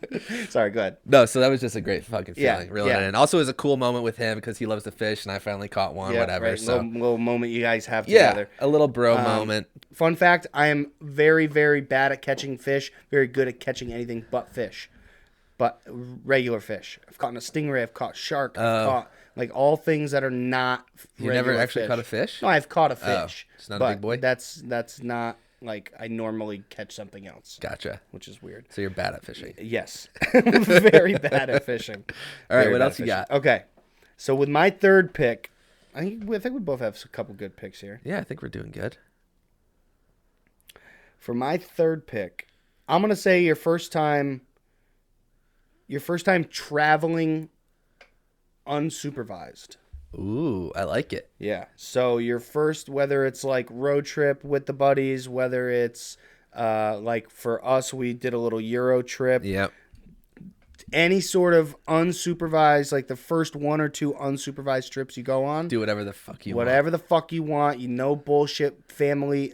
Sorry, go ahead. No, so that was just a great fucking Yeah, feeling, reeling it yeah. in. Also, it was a cool moment with him because he loves to fish, and I finally caught one, whatever. right, So, little, little moment you guys have yeah, together. Um, a little bro moment. Fun fact: I am very, very bad at catching fish. Very good at catching anything but fish, but regular fish. I've caught a stingray. I've caught shark. I've caught like all things that are not. Oh. You never actually caught a fish? Oh. No, I've caught a fish. it's not a but big boy? That's that's not like I normally catch something else, Gotcha. which is weird. So you're bad at fishing. Yes. Very bad at fishing. All right, Very what bad else at you fishing. got? Okay. So with my third pick, I think we, I think we both have a couple good picks here. Yeah, I think we're doing good. For my third pick, I'm going to say your first time your first time traveling unsupervised. Ooh, I like it. Yeah. So your first, whether it's like road trip with the buddies, whether it's uh, like for us, we did a little Euro trip. Yep. any sort of unsupervised, like the first one or two unsupervised trips you go on, Do whatever the fuck you whatever the fuck you want, you know, bullshit family.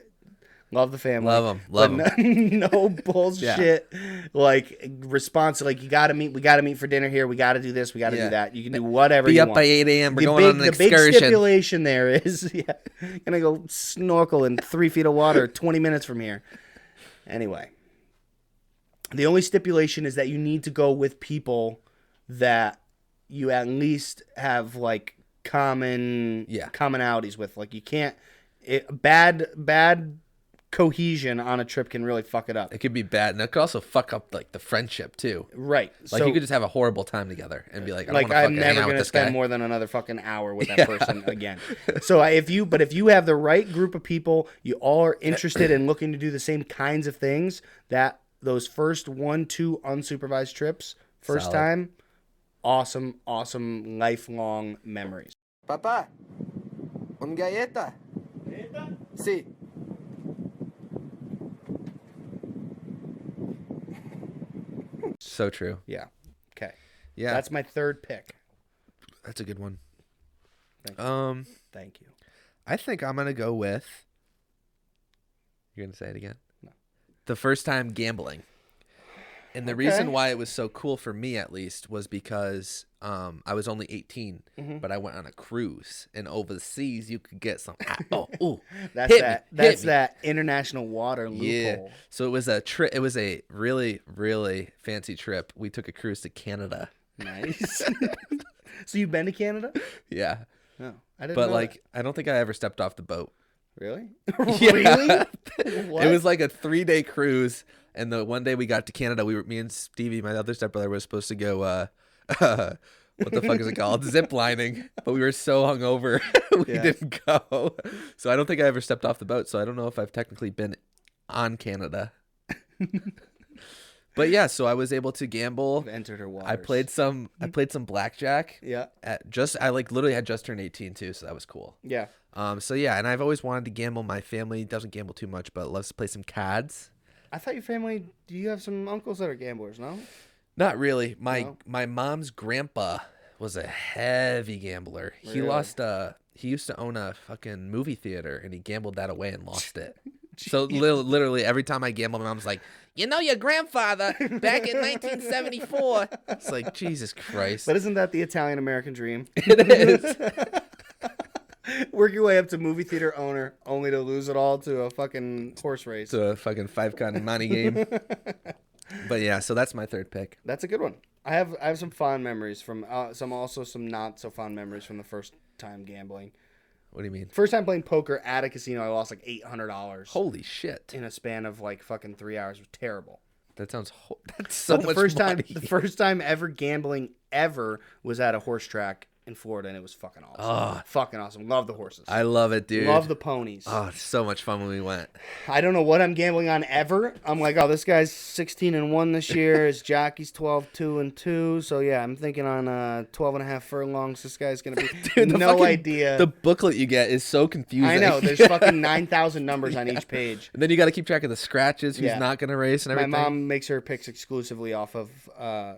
Love the family. Love 'em, love But No, no bullshit. Like response. Like you got to meet. We got to meet for dinner here. We got to do this. We got to Yeah. do that. You can do whatever. want. Be you up want by 8 a.m. We're the going big, on an the big excursion. stipulation there is, yeah, gonna go snorkel in three feet of water, twenty minutes from here. Anyway, the only stipulation is that you need to go with people that you at least have like common Yeah. commonalities with. Like you can't it, bad bad cohesion on a trip can really fuck it up. It could be bad, and it could also fuck up like the friendship too. Right. Like so, you could just have a horrible time together and be like, I don't like want to I'm fucking hang never out with gonna this spend guy. more than another fucking hour with that person again. So I- if you, but if you have the right group of people, you all are interested in looking to do the same kinds of things. That those first one, two unsupervised trips, first Solid. time, awesome, awesome, lifelong memories. Papá, un galleta. Sí. So true. Yeah. Okay. Yeah, That's my third pick. that's a good one. Thank Um, Thank you. I think I'm gonna go with. You're gonna say it again. No. The first time gambling, and the Okay. reason why it was so cool for me, at least, was because um, I was only 18, Mm-hmm. but I went on a cruise, and overseas you could get some. ah, oh, ooh, That's hit me, that. hit that's me. that international water loophole. Yeah. So it was a trip. It was a really, really fancy trip. We took a cruise to Canada. Nice. so you've been to Canada? Yeah, No, I didn't. but know like I don't think I ever stepped off the boat. that. really? Yeah. really? It was like a three day cruise, and the one day we got to Canada, we were me and Stevie, my other stepbrother, were supposed to go. Uh, what the fuck is it called? Zip lining. But we were so hungover, we Yeah. didn't go. So I don't think I ever stepped off the boat. So I don't know if I've technically been on Canada. but yeah, so I was able to gamble. I've entered her water. I played some. I played some blackjack. Yeah. At just I like literally had just turned eighteen too, so that was cool. Yeah. Um, so yeah, and I've always wanted to gamble. My family doesn't gamble too much, but loves to play some cads. I thought your family. Do you have some uncles that are gamblers? No. Not really. My No? my mom's grandpa was a heavy gambler. He Really? lost a he used to own a fucking movie theater, and he gambled that away and lost it. so li- literally every time I gamble, my mom's like, "You know your grandfather back in 1974." It's like Jesus Christ. But isn't that the Italian American dream? it is. Work your way up to movie theater owner, only to lose it all to a fucking horse race. to a fucking five con money game. but yeah, so that's my third pick. That's a good one. I have I have some fond memories from uh, some also some not so fond memories from the first time gambling. What do you mean? First time playing poker at a casino, I lost like eight hundred dollars Holy shit! in a span of like fucking three hours. It was terrible. That sounds ho- that's so the much first money. time the first time ever gambling ever was at a horse track in Florida, and it was fucking awesome. Fucking awesome. Love the horses. I love it, dude. Love the ponies. Oh, it's so much fun when we went. I don't know what I'm gambling on ever. I'm like, oh, this guy's 16 and 1 this year. His jockey's 12, 2 and 2. So, yeah, I'm thinking on uh, 12 and a half furlongs. This guy's going to be the no fucking- idea. The booklet you get is so confusing. I know. There's fucking 9,000 numbers on each page. and then you got to keep track of the scratches, who's Yeah. not going to race, and My everything. mom makes her picks exclusively off of uh,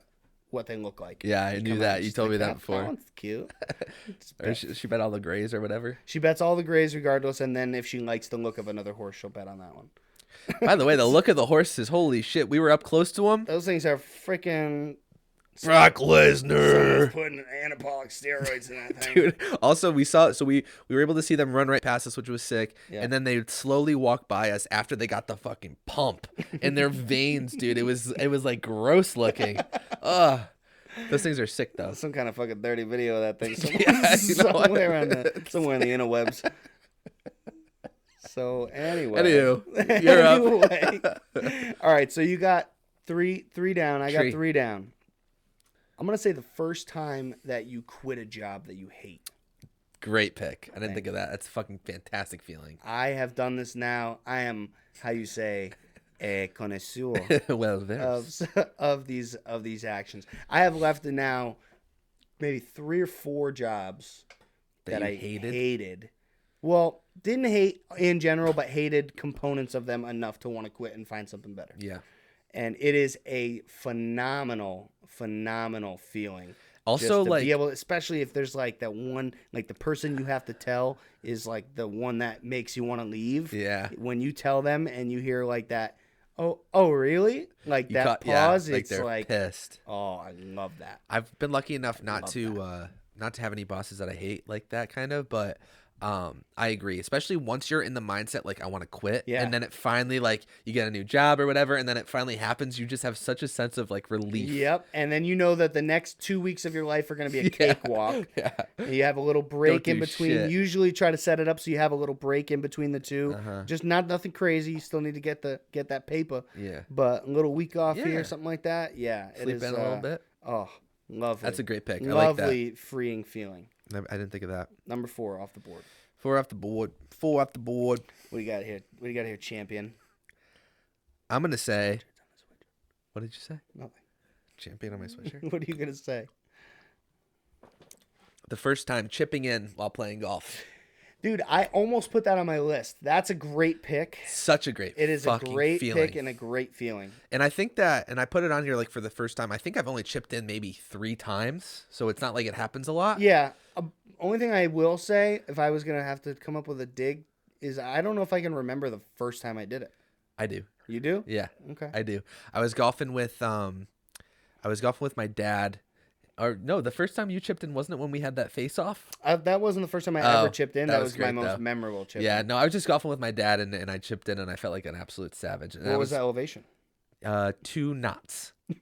what they look like. Yeah, I You knew come out that. and You she's told me that "Oh, before." That one's cute. It's or bet. she, she bet all the grays or whatever. She bets all the grays regardless, and then if she likes the look of another horse, she'll bet on that one. By the way, the look of the horses, holy shit! We were up close to him. Those things are freaking. Brock Someone's Lesnar. putting anabolic steroids in that thing. dude. Also, we saw so we we were able to see them run right past us, which was sick. Yeah. And then they would slowly walk by us after they got the fucking pump in their veins, dude. It was it was like gross looking. Ugh. Those things are sick though. some kind of fucking dirty video of that thing somewhere, Yeah, you know what? somewhere on the somewhere in the interwebs. So anyway, Anywho, you're up. Anyway. all right. So you got three three down. I Three. got three down. I'm gonna say the first time that you quit a job that you hate. Great pick. I didn't think of that. That's a fucking fantastic feeling. I have done this now. I am how you say a connoisseur. well, Uh, there's of of these of these actions. I have left now maybe three or four jobs that, That you I hated? hated. Well, didn't hate in general, but hated components of them enough to want to quit and find something better. yeah. And it is a phenomenal, phenomenal feeling. just Also, to like be able, especially if there's like that one, like the person you have to tell is like the one that makes you want to leave yeah, when you tell them and you hear like that oh oh really like You that caught- yeah, pause like it's they're like pissed. oh i love that I've been lucky enough not love to uh, not to have any bosses that I hate like that kind of, but um, I agree. Especially once you're in the mindset like I want to quit, Yeah. and then it finally like you get a new job or whatever, and then it finally happens. You just have such a sense of like relief. yep and then you know that the next two weeks of your life are going to be a Yeah. cakewalk Yeah. And you have a little break in do between shit. usually try to set it up so you have a little break in between the 2 Uh-huh. just not nothing crazy you still need to get the get that paper Yeah. but a little week off Yeah. here something like that yeah it Sleep is, in a little uh, bit. oh lovely That's a great pick. I like that. lovely freeing feeling Never- I didn't think of that. number four off the board Four off the board. Four off the board. what do you got here what do you got here champion I'm gonna say. What did you say? nothing Champion on my sweatshirt. What are you gonna say? the first time chipping in while playing golf. Dude, I almost put that on my list. That's a great pick. Such a great It is a fucking great feeling. pick and a great feeling. And I think that, and I put it on here like for the first time. I think I've only chipped in maybe three times, so it's not like it happens a lot. Yeah. Uh, only thing I will say, if I was gonna have to come up with a dig, is I don't know if I can remember the first time I did it. I do. You do? Yeah, Okay. I do. I was golfing with, um, I was golfing with my dad. Or no, the first time you chipped in wasn't it when we had that face off? Uh, that wasn't the first time I Oh, ever chipped in. that That, was was, great, my most though. memorable chip. Yeah, no, I was just golfing with my dad and, and I chipped in and I felt like an absolute savage. And What I was the elevation? Uh, two knots.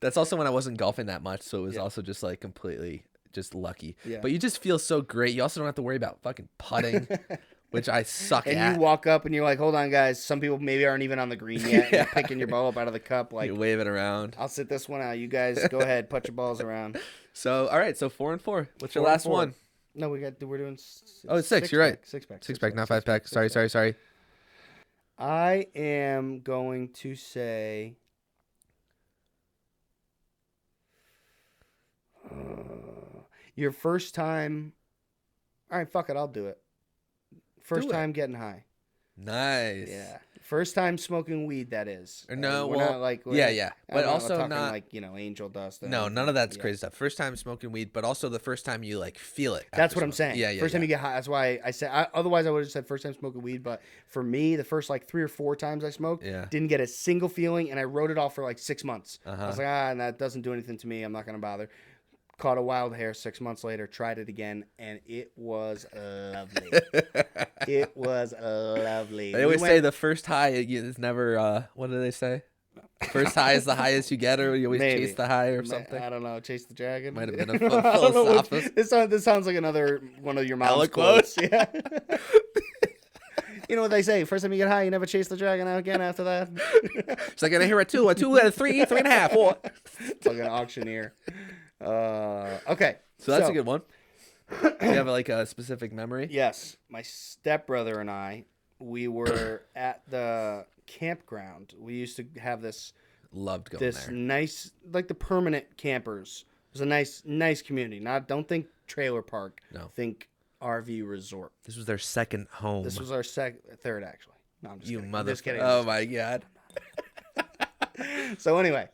That's also when I wasn't golfing that much, so it was also just like completely just lucky. Yeah. But you just feel so great. You also don't have to worry about fucking putting, which I suck And at. you walk up and you're like, "Hold on, guys. Some people maybe aren't even on the green yet. and You're Yeah. picking your ball up out of the cup. Like, you wave it around. I'll sit this one out. You guys go ahead, put your balls around. So all right, so four and four. What's your Four and last four. one? No, we got. We're doing. s- Oh, it's six, you're pack, right. Six pack. Six pack, not five pack. Sorry, sorry, sorry. I am going to say. Uh, your first time. All right, fuck it. I'll do it. First Do it. time getting high. Nice. Yeah. First time smoking weed. That is. Or Uh, no, we're well, not like yeah, yeah, I'm but not also talking not- like you know angel dust. and No, none of that's yeah. crazy stuff. First time smoking weed, but also the first time you like feel it. That's after what I'm smoking. saying. Yeah, yeah. First time yeah. you get high. That's why I said. I, otherwise, I would have said first time smoking weed. But for me, the first like three or four times I smoked, Yeah. didn't get a single feeling, and I wrote it off for like six months. I was Uh-huh. like, ah, and that doesn't do anything to me. I'm not gonna bother. Caught a wild hair six months later. Tried it again, and it was lovely. it was lovely. They We always went- say the first high is never. Uh, what do they say? First high is the highest you get, or you always Maybe. uh, chase the high, or Ma- something. I don't know. Chase the dragon. Might have been a I don't phil- know which- philosophist. This sounds, this sounds like another one of your mom's Ella quotes. Yeah. you know what they say? First time you get high, you never chase the dragon out again. After that, It's like, and I hear a two, a two, a three, three and a half, four. fucking auctioneer. Uh, okay. So that's a good one. Do you have like a specific memory? Yes, my stepbrother and I, we were at the campground. We used to have this Loved going this there. nice like the permanent campers. It was a nice nice community. Not don't think trailer park. No. Think RV resort. This was their second home. This was our sec- third actually. No, I'm just you kidding. mother. Just kidding. Oh my god. So anyway,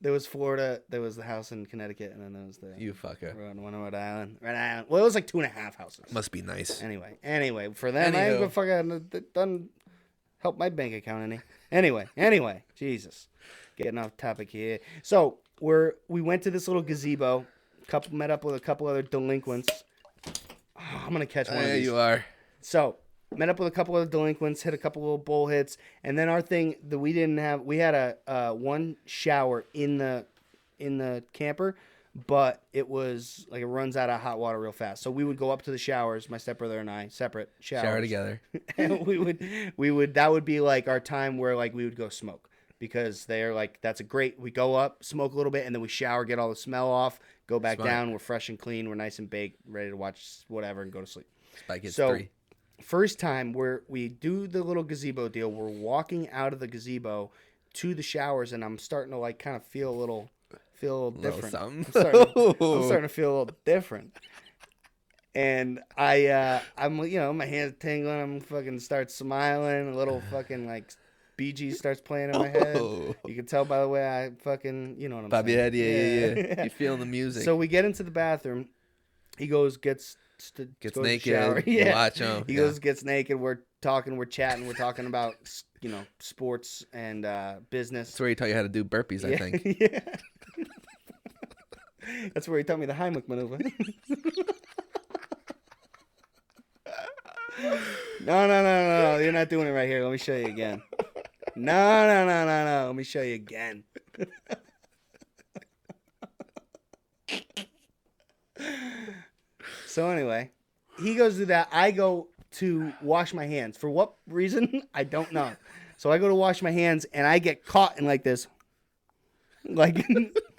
there was Florida, there was the house in Connecticut, and then there was the You fucker. Rhode- one in Rhode Island. Rhode Island. Well, it was like two and a half houses. Must be nice. Anyway, anyway, for them, I ain't Anywho. gonna fucking that doesn't help my bank account any. Anyway, anyway, Jesus, getting off topic here. So we're we went to this little gazebo. Couple met up with a couple other delinquents. Ah, I'm gonna catch one of There these. you are. So met up with a couple of delinquents, hit a couple little bull hits, and then our thing that we didn't have, we had a uh, one shower in the in the camper, but it was like it runs out of hot water real fast. So we would go up to the showers, my stepbrother and I, separate showers. Shower together. and we would we would that would be like our time where like we would go smoke because they're like that's a great we go up smoke a little bit and then we shower get all the smell off go back Smart. down we're fresh and clean we're nice and baked ready to watch whatever and go to sleep Spike hits so three. first time where we do the little gazebo deal we're walking out of the gazebo to the showers and i'm starting to like kind of feel a little feel a little Little different something. I'm, starting to, I'm starting to feel a little different and i uh i'm you know my hands tingling i'm fucking start smiling a little fucking like bg starts playing in my head Oh. you can tell by the way i fucking you know what i'm Bobby saying Head, yeah, yeah, yeah. You're feeling the music. so we get into the bathroom. He goes, gets st- Gets goes to naked, shower. you watch him, He yeah. goes, gets naked. We're talking, we're chatting, we're talking about s- you know sports and uh, business. That's where he taught you how to do burpees, I yeah. think. Yeah. That's where he taught me the Heimlich maneuver. no, no, no, no, no. You're not doing it right here. Let me show you again. No, no, no, no, no. Let me show you again. so anyway, he goes to that. I go to wash my hands. For what reason? I don't know. So I go to wash my hands and I get caught in like this. Like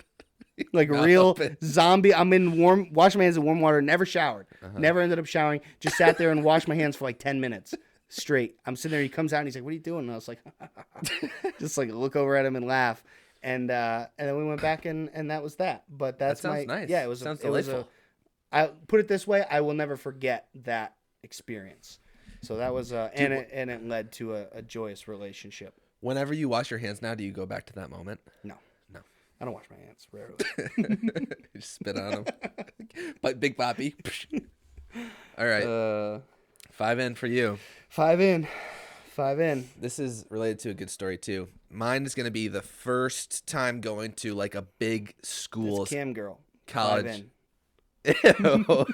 like real Nothing. zombie. I'm in warm wash my hands in warm water, never showered. Never ended up showering. Just sat there and washed my hands for like 10 minutes straight. I'm sitting there, he comes out and he's like, "What are you doing?" And I was like just like look over at him and laugh. And uh, and then we went back and, and that was that. But that's sounds my nice. yeah. It was Sounds a, it was a- delightful. I put it this way: I will never forget that experience. So that was, uh, and it, and it led to a, a joyous relationship. Whenever you wash your hands now, do you go back to that moment? No, No. I don't wash my hands rarely. Just spit on them. but Big Poppy. All right. uh, Five in for you. five in, five in. This is related to a good story too. Mine is going to be the first time going to like a big school. It's cam girl. college. Five in. Ew.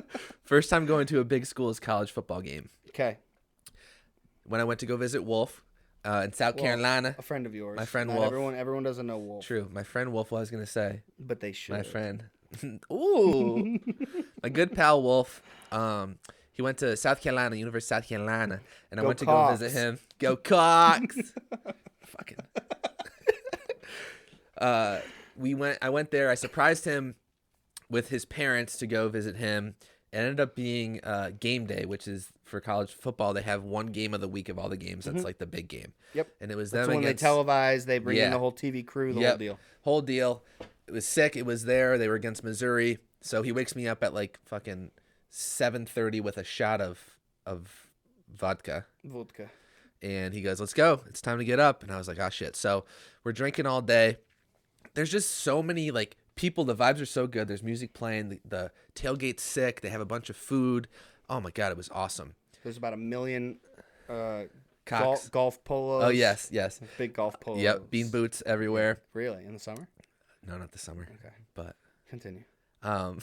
first time going to a big school's college football game. Okay, When I went to go visit Wolf uh, in South Carolina. a friend of yours. My friend Not Wolf. Everyone, everyone doesn't know Wolf, True. My friend Wolf, what I was going to say. but they should. my friend. Ooh, my good pal Wolf. Um, he went to South Carolina, University of South Carolina, and I Go went to go Cox. visit him. Go Cox. Fucking. uh, we went. I went there. I surprised him with his parents to go visit him. It ended up being uh, game day, which is for college football. They have one game of the week of all the games. That's like the big game. Mm-hmm. Yep. And it was That's them when they against televise. They bring in Yeah. the whole TV crew, the Yep. whole deal. Whole deal. It was sick. It was there. They were against Missouri. So he wakes me up at like fucking seven thirty with a shot of of vodka. Vodka. And he goes, Let's go. It's time to get up. And I was like, Oh shit. So we're drinking all day. There's just so many like people. The vibes are so good. There's music playing. The, the tailgate's sick. They have a bunch of food. Oh my god, it was awesome. There's about a million uh, Cox. golf, golf polos. Oh yes, yes. Big golf polos. Yep. Bean boots everywhere. Really? In the summer? No, not this summer. Okay. But Continue. Um,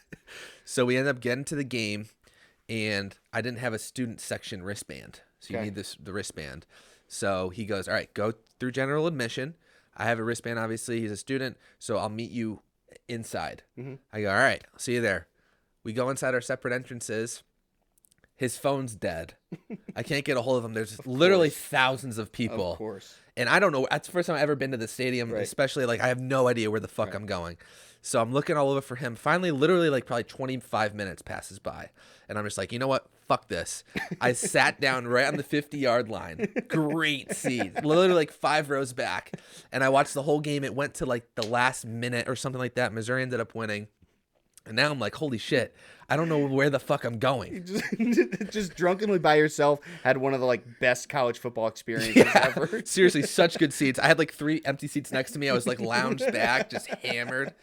so we end up getting to the game, and I didn't have a student section wristband, so you Okay. need this the wristband. So he goes, "All right, go through general admission. I have a wristband, obviously. He's a student, so I'll meet you inside." Mm-hmm. I go, "All right, I'll see you there." We go inside our separate entrances. His phone's dead. I can't get a hold of him. There's literally thousands of people Of course. and I don't know. That's the first time I've ever been to the stadium, Right. especially like I have no idea where the fuck I'm going. So I'm looking all over for him. Finally, literally like probably 25 minutes passes by, and I'm just like, you know what? Fuck this. I sat down right on the 50 yard line. Great seat, literally like five rows back, and I watched the whole game. It went to like the last minute or something like that. Missouri ended up winning. And now I'm like, holy shit! I don't know where the fuck I'm going. Just, just drunkenly by yourself had one of the like best college football experiences ever. Seriously, such good seats. I had like three empty seats next to me. I was like lounged back, just hammered.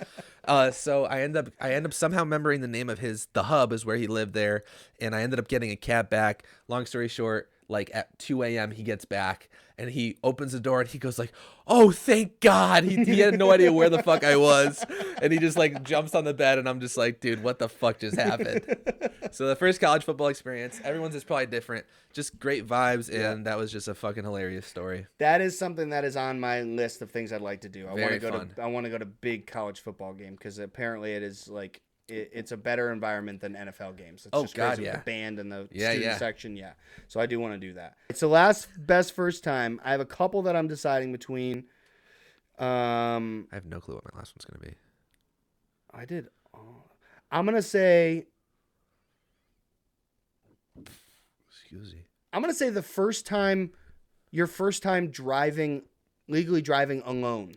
Uh, so I end up I end up somehow remembering the name of his the hub is where he lived there, and I ended up getting a cab back. Long story short, like at 2 a.m. he gets back and he opens the door and he goes like, "Oh, thank God!" He, he had no idea where the fuck I was, and he just like jumps on the bed and I'm just like, "Dude, what the fuck just happened?" so the first college football experience, everyone's is probably different. Just great vibes, and that was just a fucking hilarious story. That is something that is on my list of things I'd like to do. I want to Very go fun. to I want to go to big college football game because apparently it is like it, it's a better environment than NFL games. It's Oh, just God, crazy with yeah. the band and the Yeah, student yeah. section, yeah. So I do want to do that. It's the last best first time. I have a couple that I'm deciding between. Um, I have no clue what my last one's gonna be. I did. all I'm gonna say Excuse me. I'm gonna say the first time, your first time driving legally driving alone.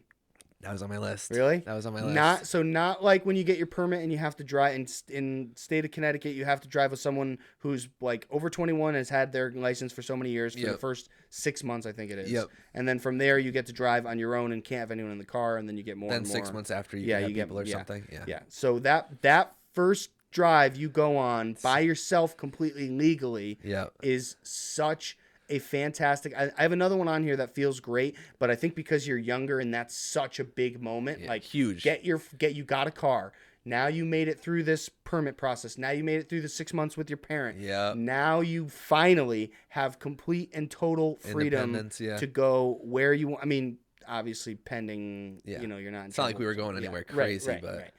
That was on my list. Really? That was on my list. Not so not like when you get your permit and you have to drive in s- in state of Connecticut, you have to drive with someone who's like over 21 has had their license for so many years for the Yep. first 6 months I think it is. Yep. And then from there you get to drive on your own and can't have anyone in the car and then you get more then and six more. months after you Yeah, get you get- people or yeah. something. Yeah. Yeah. So that that first drive you go on by yourself completely legally Yeah. is such a fantastic. I, I have another one on here that feels great, but I think because you're younger and that's such a big moment, like huge. Get your get you got a car. Now you made it through this permit process. Now you made it through the six months with your parent. Yeah. Now you finally have complete and total freedom Independence, yeah. to go where you want. I mean, obviously pending. Yeah. You know, you're not. In It's not like trouble. we were going Yeah, anywhere right, crazy, right, but right.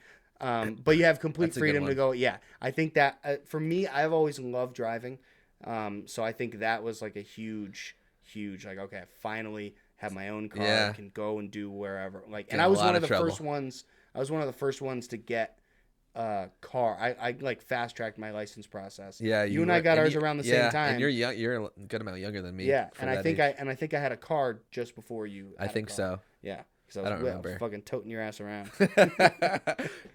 Um, but you have complete That's a good freedom to one. go. Yeah, I think that uh, for me, I've always loved driving, um, so I think that was like a huge, huge like okay, I finally have my own car, Yeah. I can go and do wherever. Like, and in I a was lot one of of the trouble. first ones. I was one of the first ones to get a car. I, I like fast tracked my license process. yeah. you, and I were- got ours you- around the yeah, same time. And you're young. You're a good amount younger than me. yeah, for and I that think age. I and I think I had a car just before you. I think so. Yeah, Because I I was, don't wi- remember. fucking toting your ass around. In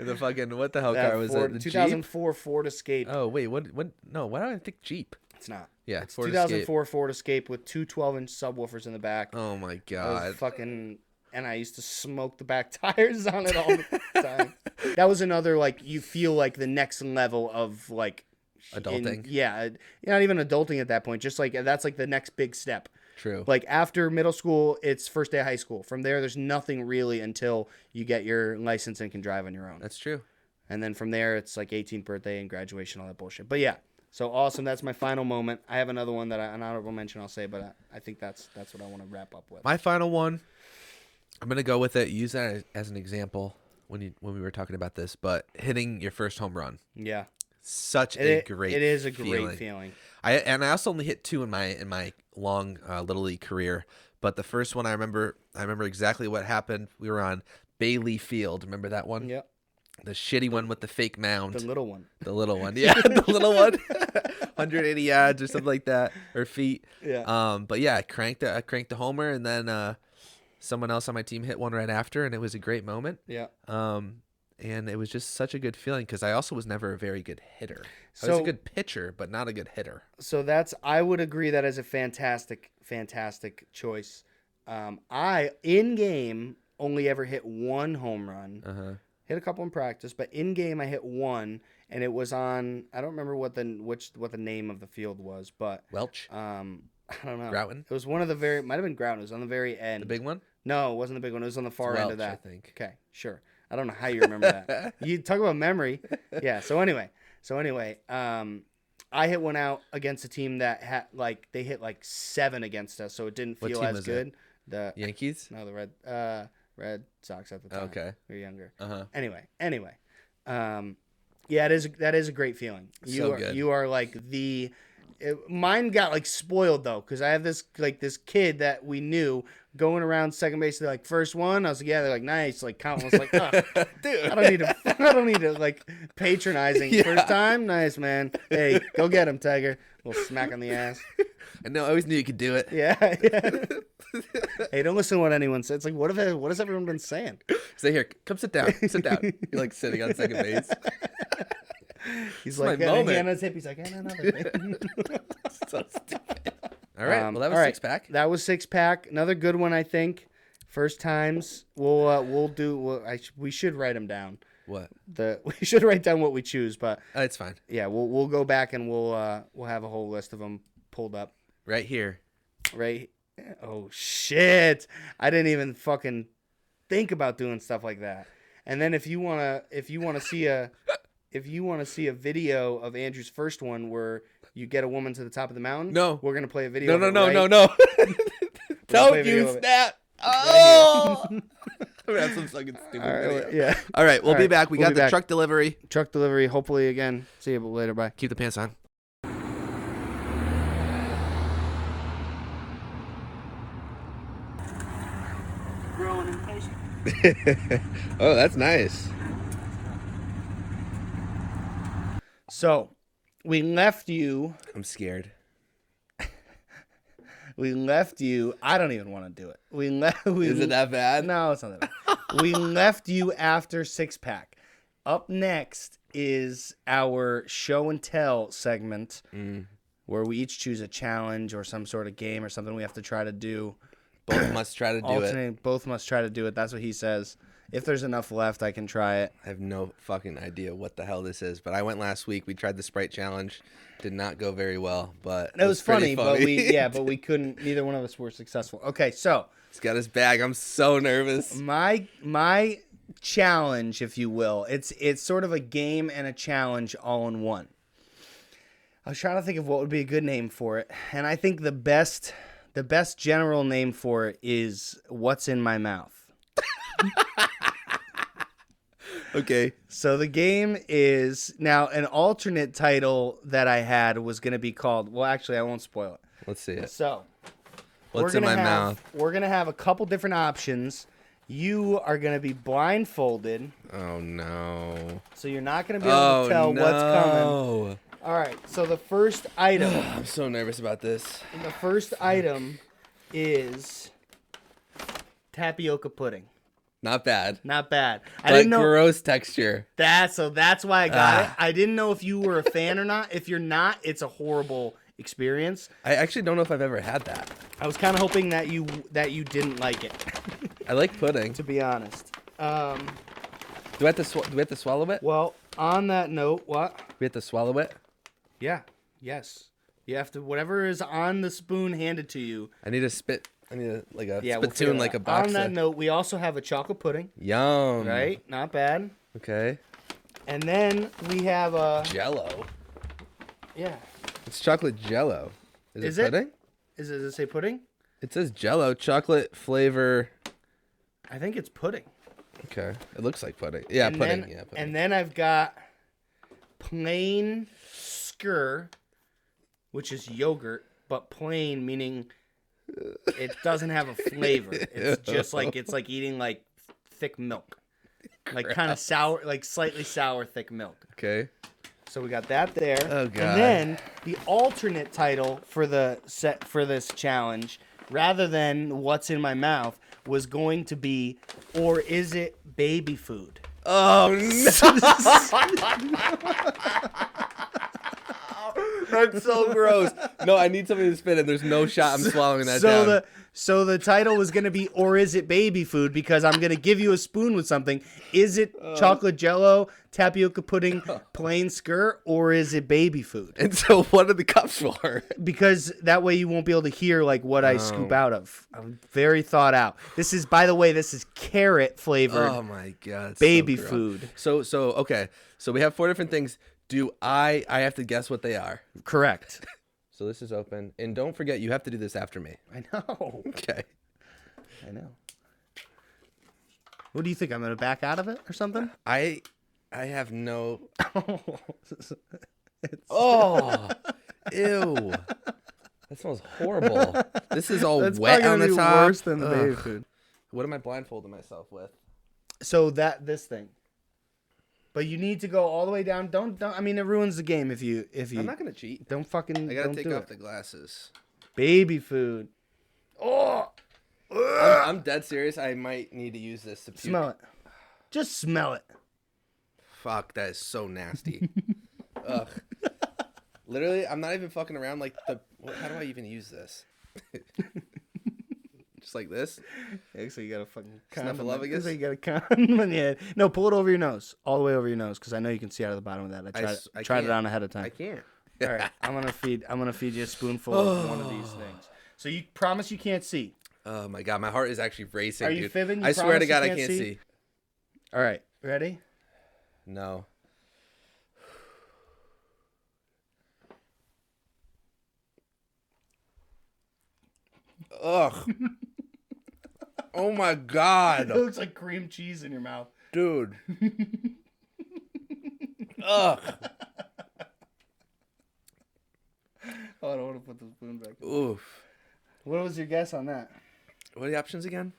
the fucking what the hell That car was Ford- it? The Jeep? 2004 Ford Escape. Oh wait, what? What? No, why do I think Jeep? It's not. Yeah, it's Ford 2004 Ford Escape with two 12 inch subwoofers in the back. Oh my I god. was fucking and I used to smoke the back tires on it all the time. that was another like you feel like the next level of like in- Adulting. yeah, it- not even adulting at that point. Just like that's like the next big step. True. Like after middle school, it's first day of high school. From there, there's nothing really until you get your license and can drive on your own. That's true. And then from there, it's like 18th birthday and graduation, all that bullshit. But yeah, so awesome. That's my final moment. I have another one that I, an honorable mention I'll say, but I, I think that's that's what I want to wrap up with. My final one. I'm gonna go with it. Use that as, as an example when you when we were talking about this. But hitting your first home run, yeah, such a it, great. it is a great feeling. I and I also only hit two in my in my long uh, little league career. But the first one I remember, I remember exactly what happened. We were on Bailey Field. Remember that one? Yep, The shitty one with the fake mound. the little one. The little one, yeah, the little one, 180 yards or something like that, or feet. Yeah. Um, but yeah, I cranked the I cranked the homer, and then uh, someone else on my team hit one right after, and it was a great moment. Yeah. Um, and it was just such a good feeling because I also was never a very good hitter. I was a So- good pitcher, but not a good hitter. So that's I would agree that is a fantastic, fantastic choice. Um, I in game only ever hit one home run. Uh huh. hit a couple in practice, but in game I hit one, and it was on I don't remember what the which what the name of the field was, but Welch, um I don't know. Grouton? It was one of the very might have been Grouten. It was on the very end. the big one. No, it wasn't the big one. It was on the far end Welch, of I that. think. Okay, sure. I don't know how you remember that. You talk about memory. Yeah. So anyway, so anyway, um, I hit one out against a team that had like they hit like seven against us, so it didn't What feel team as was it? good. The Yankees. no, the red uh Red Sox at the time. Okay. we were younger Uh huh. anyway, anyway, um, yeah, it is that is a great feeling. You So are good. you are like the it- mine got like spoiled though because I have this like this kid that we knew going around second base. They're like first one. I was like yeah. They're like nice. Like count. I was like "Ugh, I don't need to. I don't need to like patronizing. Yeah. First time, nice man. Hey, go get him, Tiger. Little smack on the ass. I know. I always knew you could do it. Yeah. yeah. hey, don't listen to what anyone says. It's like what have what has everyone been saying? Say here, come sit down. Sit down. You're like sitting on second base. He's is my like and then he moment. had on his hip. He's like and another. thing." so stupid. All right. Um, well, that was all right, six pack. That was six pack. Another good one, I think. First times. We'll uh, we'll do. We'll, I sh- we should write them down. What? The we should write down what we choose, but Uh, it's fine. yeah, we'll we'll go back and we'll uh, we'll have a whole list of them pulled up. Right here. Right? Oh shit! I didn't even fucking think about doing stuff like that. And then if you wanna if you wanna see a if you wanna see a video of Andrew's first one where you get a woman to the top of the mountain, No. we're gonna play a video. No, of no, it no, right no, no. play a Don't video you of it. snap. Oh. I'm gonna have some fucking stupid All right, video. well, yeah. All right. We'll All be right, back. We we'll got be the back. truck delivery. truck delivery. Hopefully again. See you later. Bye. Keep the pants on. growing impatient. Oh, that's nice. So we left you. I'm scared. We left you. I don't even want to do it. We left. We, Is it that bad? No, it's not that. Bad. we left you after six pack. Up next is our show and tell segment, Mm. where we each choose a challenge or some sort of game or something we have to try to do. Both must try to do it. Alternate. Both must try to do it. That's what he says. If there's enough left, I can try it. I have no fucking idea what the hell this is, but I went last week. We tried the Sprite challenge. Did not go very well, but It was pretty funny, but we yeah, but we couldn't. Neither one of us were successful. Okay, so He's got his bag. I'm so nervous. my my challenge if you will it's it's sort of a game and a challenge all in one i was trying to think of what would be a good name for it and i think the best the best general name for it is what's in my mouth Okay. so the game is now an alternate title that i had was going to be called well actually i won't spoil it Let's see it. so What's we're in gonna my have, mouth? we're going to have a couple different options you are going to be blindfolded Oh no. Oh, So you're not going to be able to tell what's coming. All right. So the first item, I'm so nervous about this. the first item is tapioca pudding. Not bad. Not bad. I but didn't know gross texture. that, so that's why I got it. Ah. I didn't know if you were a fan or not. If you're not, it's a horrible experience. I actually don't know if I've ever had that. I was kind of hoping that you that you didn't like it, I like pudding. to be honest. Um, Do we have to sw- do we have to swallow it? well, on that note, what? We have to swallow it. Yeah. Yes. You have to whatever is on the spoon handed to you. I need a spit. I need a, like a Yeah, we'll spittoon, figure like a that out. box. On that of- note, we also have a chocolate pudding, Yum. right? Not bad. Okay. And then we have a Jello. yeah. It's chocolate jello. Is, Is it it? pudding? Is it, does it say pudding? It says jello, chocolate flavor. I think it's pudding. Okay. It looks like pudding. Yeah, and Uh, pudding. Then, yeah, pudding. And then I've got plain skyr, which is yogurt, but plain meaning it doesn't have a flavor. It's just like it's like eating like thick milk. Like kind of sour, like slightly sour thick milk. okay. So we got that there. Oh, God. And then the alternate title for the set for this challenge, rather than what's in my mouth, was going to be or is it baby food? Oh no. That's so gross. No, I need something to spit in. There's no shot I'm swallowing that so down. the so the title was gonna be or is it baby food because I'm gonna give you a spoon with something. Is it Uh. chocolate jello, tapioca pudding, plain skyr, or is it baby food? And so what are the cups for? Because that way you won't be able to hear like what I Oh. scoop out of. I'm very thought out. This is by the way, this is carrot flavored Oh my god. it's so baby gross. food. So so okay. So we have four different things. Do I I have to guess what they are? Correct. So this is open. And don't forget you have to do this after me. I know. Okay. I know. What do you think? I'm gonna back out of it or something? I I have no Oh, ew. That smells horrible. This is all wet on the top. Ugh. food. What am I blindfolding myself with? So that this thing. But you need to go all the way down. Don't don't I mean it ruins the game if you if you I'm not gonna cheat. don't fucking I gotta don't take do off it. the glasses. Baby food. Oh, I'm, I'm dead serious. I might need to use this to puke. smell it. Just smell it. Fuck, that is so nasty. Ugh. Literally, I'm not even fucking around. Like the, what, how do I even use this? Just like this. Actually, you got a fucking Snuffleupagus? You got a condom in your head. No, pull it over your nose, all the way over your nose, because I know you can see out of the bottom of that. I tried, s- I tried it can't. on ahead of time. I can't. All right, I'm gonna feed. I'm gonna feed you a spoonful of one of these things. So you promise you can't see. Oh my god, my heart is actually racing. Are you dude. fibbing? You I swear promise to you God, I can't can't see? see. All right, ready? No. Ugh. oh my It god, looks like cream cheese in your mouth. dude. Ugh. Oh, I don't want to put the spoon back. Oof. What was your guess on that? What are the options again?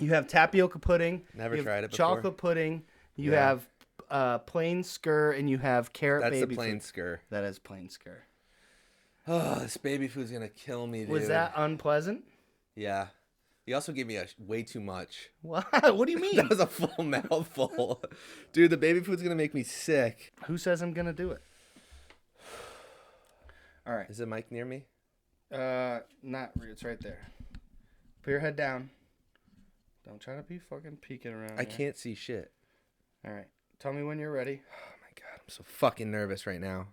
You have tapioca pudding. Never you have tried it before. Chocolate pudding. You Yeah. have uh, plain skyr, and you have carrot That's baby. the plain food. scur. That is plain skyr. Oh, this baby food's gonna kill me, dude. Was that unpleasant? Yeah. He also gave me a way too much. What? What do you That mean? was a full mouthful, dude. The baby food's gonna make me sick. Who says I'm gonna do it? All right. Is the mic near me? Uh, not. re- It's right there. Put your head down. Don't try to be fucking peeking around. I here. can't see shit. All right. Tell me when you're ready. Oh my god, I'm so fucking nervous right now.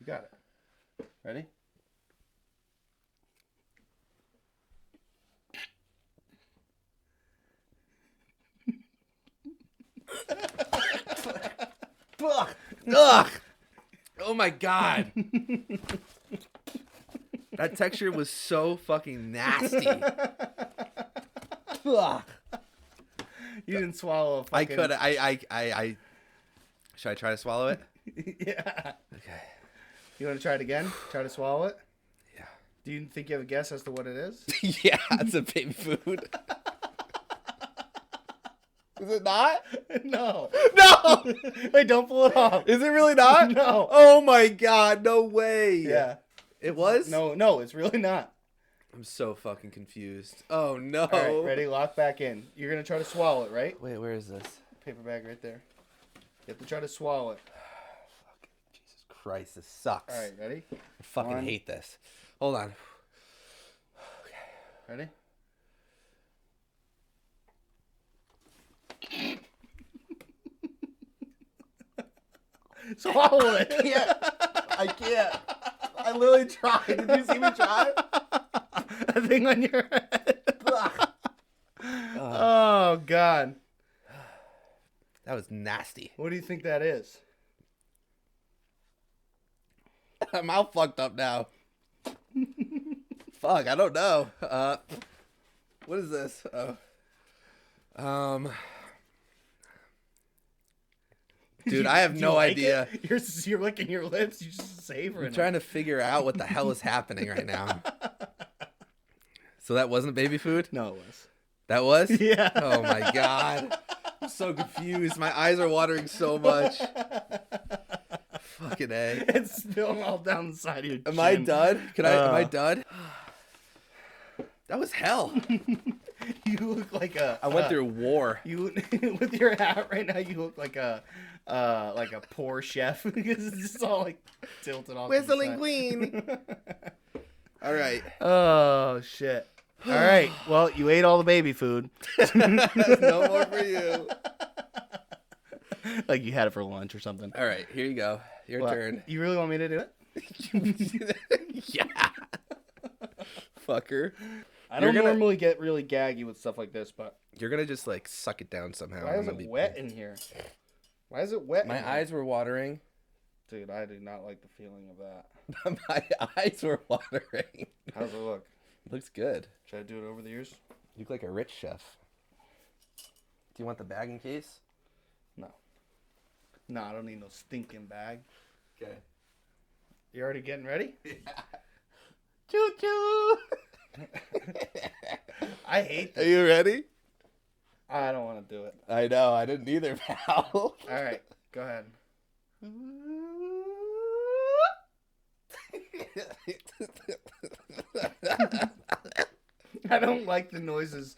You got it. Ready? Ugh! Oh my god. that texture was so fucking nasty. Ugh. You didn't swallow. A I fucking... could I I I I should I try to swallow it? yeah. Okay. You want to try it again? Try to swallow it. Yeah. Do you think you have a guess as to what it is? yeah, it's a baby food. Is it not? no. No! Wait, don't pull it off. Is it really not? No. Oh my god, no way. Yeah. It was? No, no, it's really not. I'm so fucking confused. Oh no. All right, ready? Lock back in. You're gonna try to swallow it, right? Wait, where is this? Paper bag right there. You have to try to swallow it. Jesus Christ, this sucks. All right, ready? I fucking One. hate this. Hold on. Ready? swallow it. can't. I can't. I literally tried. Did you see me try? a thing on your head. oh God! That was nasty. What do you think that is? I'm all fucked up now. Fuck, I don't know. Uh, what is this? Oh. Um, dude, I have Do you no like idea. it? You're you're licking your lips. You're just savoring. I'm trying to figure out what the hell is happening right now. So that wasn't baby food? No, it was. That was? Yeah. Oh my god. I'm so confused. My eyes are watering so much. Fucking A. It's spilling all down the side of your. Am I chin. done? Can I am I Uh. done? That was hell. You look like a. I went uh, through war. You with your hat right now. You look like a, uh, like a poor chef because it's just all like tilted off. to the side. Queen. All right. Oh shit! All right. Well, you ate all the baby food. No more for you. Like you had it for lunch or something. All right, here you go. Your What? turn. You really want me to do it? yeah. Fucker. I You're don't gonna- normally get really gaggy with stuff like this, but You're gonna just like suck it down somehow. why and is Oh, I'm gonna it be- wet in here? Why is it wet? in My here? eyes were watering. dude. I do not like the feeling of that. My eyes were watering. How does it look? Looks good. Should I do it over the ears? You look like a rich chef. Do you want the bag in case? No. No, I don't need no stinking bag. Okay. You already getting ready? Choo choo. I hate. Are you ready? I don't want to do it. I know. I didn't either, pal. All right, go ahead. I don't like the noises.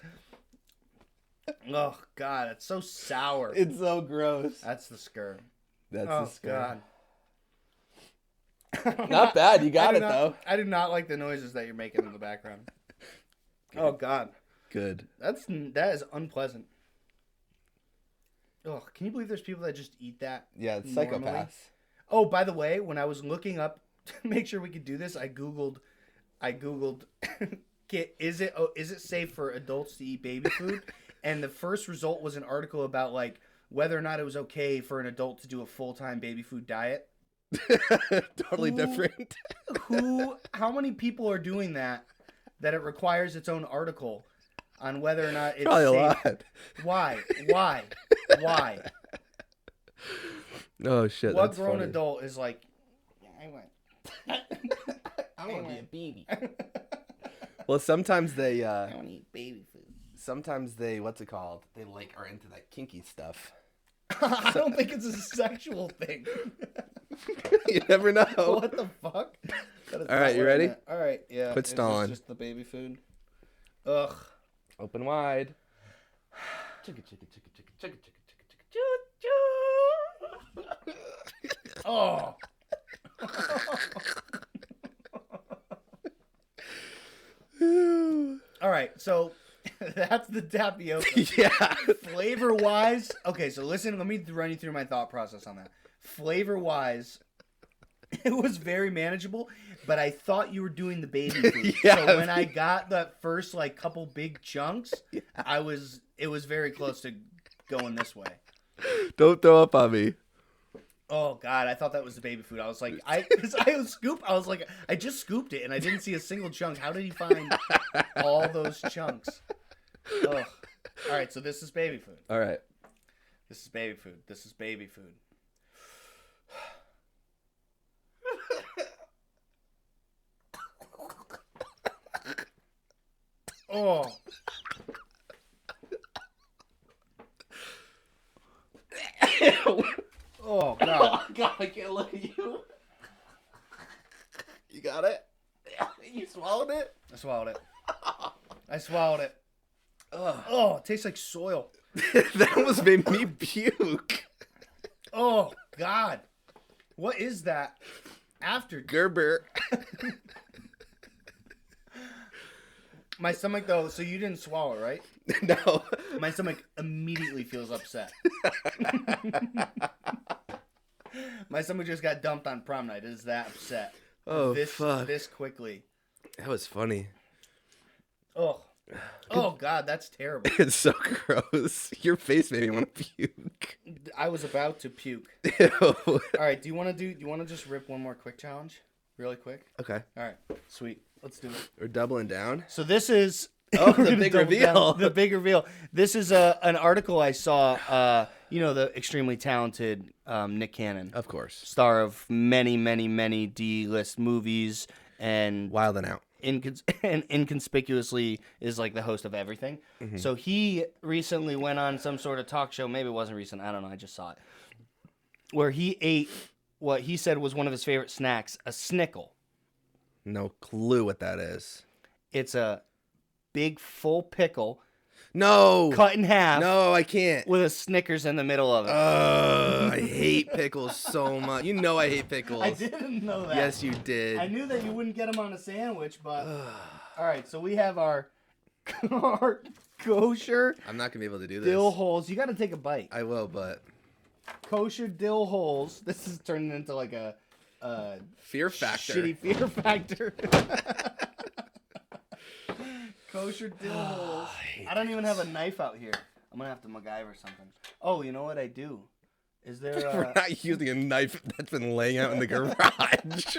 Oh God, it's so sour. it's so gross. That's the scur. That's oh the scare. God. Not bad. You I got do it not- though. I do not like the noises that you're making in the background. oh God, Good. that's that is unpleasant. Oh, can you believe there's people that just eat that? Yeah, it's Normally? psychopaths. Oh, by the way, when I was looking up to make sure we could do this, I googled, I googled, "Ki- is it oh, is it safe for adults to eat baby food? and the first result was an article about like whether or not it was okay for an adult to do a full time baby food diet. totally Who- different. Who? how many people are doing that? That it requires its own article on whether or not it's Probably a safe. lot. Why? Why? Why? Oh shit. what that's grown funny. adult is like? "Yeah, I went. I want to be a baby. Well, sometimes they, uh I want to eat baby food. sometimes they, what's it called? They like are into that kinky stuff. I don't think it's a sexual thing. you never know. what the fuck? That is All right, not you where ready? I'm at. All right, yeah. Quit is this stalling. Just the baby food. Ugh. Open wide. Oh. All right, so that's the tapioca. yeah. Flavor wise, okay. So listen, let me run you through my thought process on that. Flavor wise. It was very manageable, but I thought you were doing the baby food. Yeah. So when I got that first like couple big chunks, I was it was very close to going this way. Don't throw up on me. Oh god, I thought that was the baby food. I was like, I cause I was scoop. I was like, I just scooped it and I didn't see a single chunk. How did he find all those chunks? Ugh. All right, so this is baby food. All right. This is baby food. This is baby food. oh. oh god. oh, God, I can't look at you. You got it? you swallowed it? I swallowed it. I swallowed it. Ugh. Oh, it tastes like soil. that almost made me puke. Oh God, what is that? After Gerber. my stomach though, so you didn't swallow, it, right? no. My stomach immediately feels upset. my stomach just got dumped on prom night. It Is that upset? Oh this fuck. this quickly. That was funny. Oh, oh God, that's terrible. It's so gross. Your face made me want to puke. I was about to puke. Ew. All right, do you want to do? Do you want to just rip one more quick challenge, really quick? Okay. All right, sweet. Let's do it. We're doubling down. So this is Oh, we're the gonna double down. big reveal. The big reveal. This is a an article I saw. Uh, you know the extremely talented um, Nick Cannon, Of course. star of many, many, many D list movies, and Wild and out. incons- and inconspicuously is like the host of everything. Mm-hmm. So he recently went on some sort of talk show. Maybe it wasn't recent. I don't know. I just saw it. Where he ate what he said was one of his favorite snacks, a snickle. No clue what that is. It's a big full pickle No. cut in half No, Oh. I can't. with a Snickers in the middle of it. Ugh, I hate pickles so much. You know I hate pickles. didn't know that. Yes, you did. I knew that you wouldn't get them on a sandwich, but all right. So we have our our kosher I'm not gonna be able to do this. dill holes. You got to take a bite. I will, but kosher dill holes. This is turning into like a, a fear factor. shitty fear factor. kosher Ah, dill holes. I don't even have a knife out here. I'm gonna have to MacGyver something. Oh, you know what I do? Is there? We're A, not using a knife that's been laying out in the garage.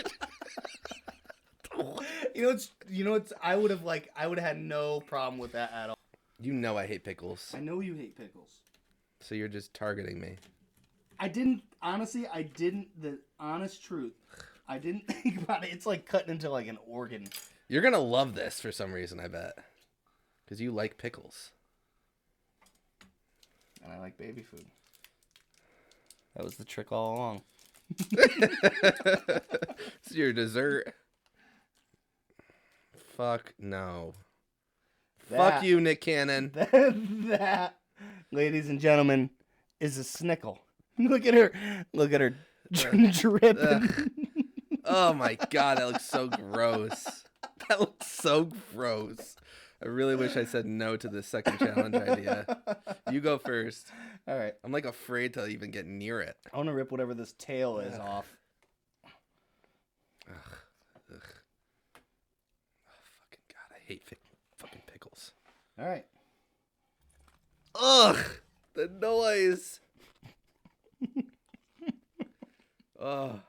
you know, it's you know, it's. I would have like I would have had no problem with that at all. you know I hate pickles, I know you hate pickles. so you're just targeting me. I didn't honestly. I didn't. The honest truth, I didn't think about it. It's like cutting into like an organ. You're gonna love this for some reason, I bet, because you like pickles. and I like baby food. That was the trick all along. It's your dessert. Fuck no. Fuck That- you, Nick Cannon. That, that, ladies and gentlemen, is a snickle. Look at her. Look at her dripping. Oh my god, that looks so gross. That looks so gross. I really wish I said no to this second challenge idea. You go first. All right. I'm like afraid to even get near it. I want to rip whatever this tail is off. Oh, fucking god, I hate fi- fucking pickles. All right. Ugh, the noise. Ugh.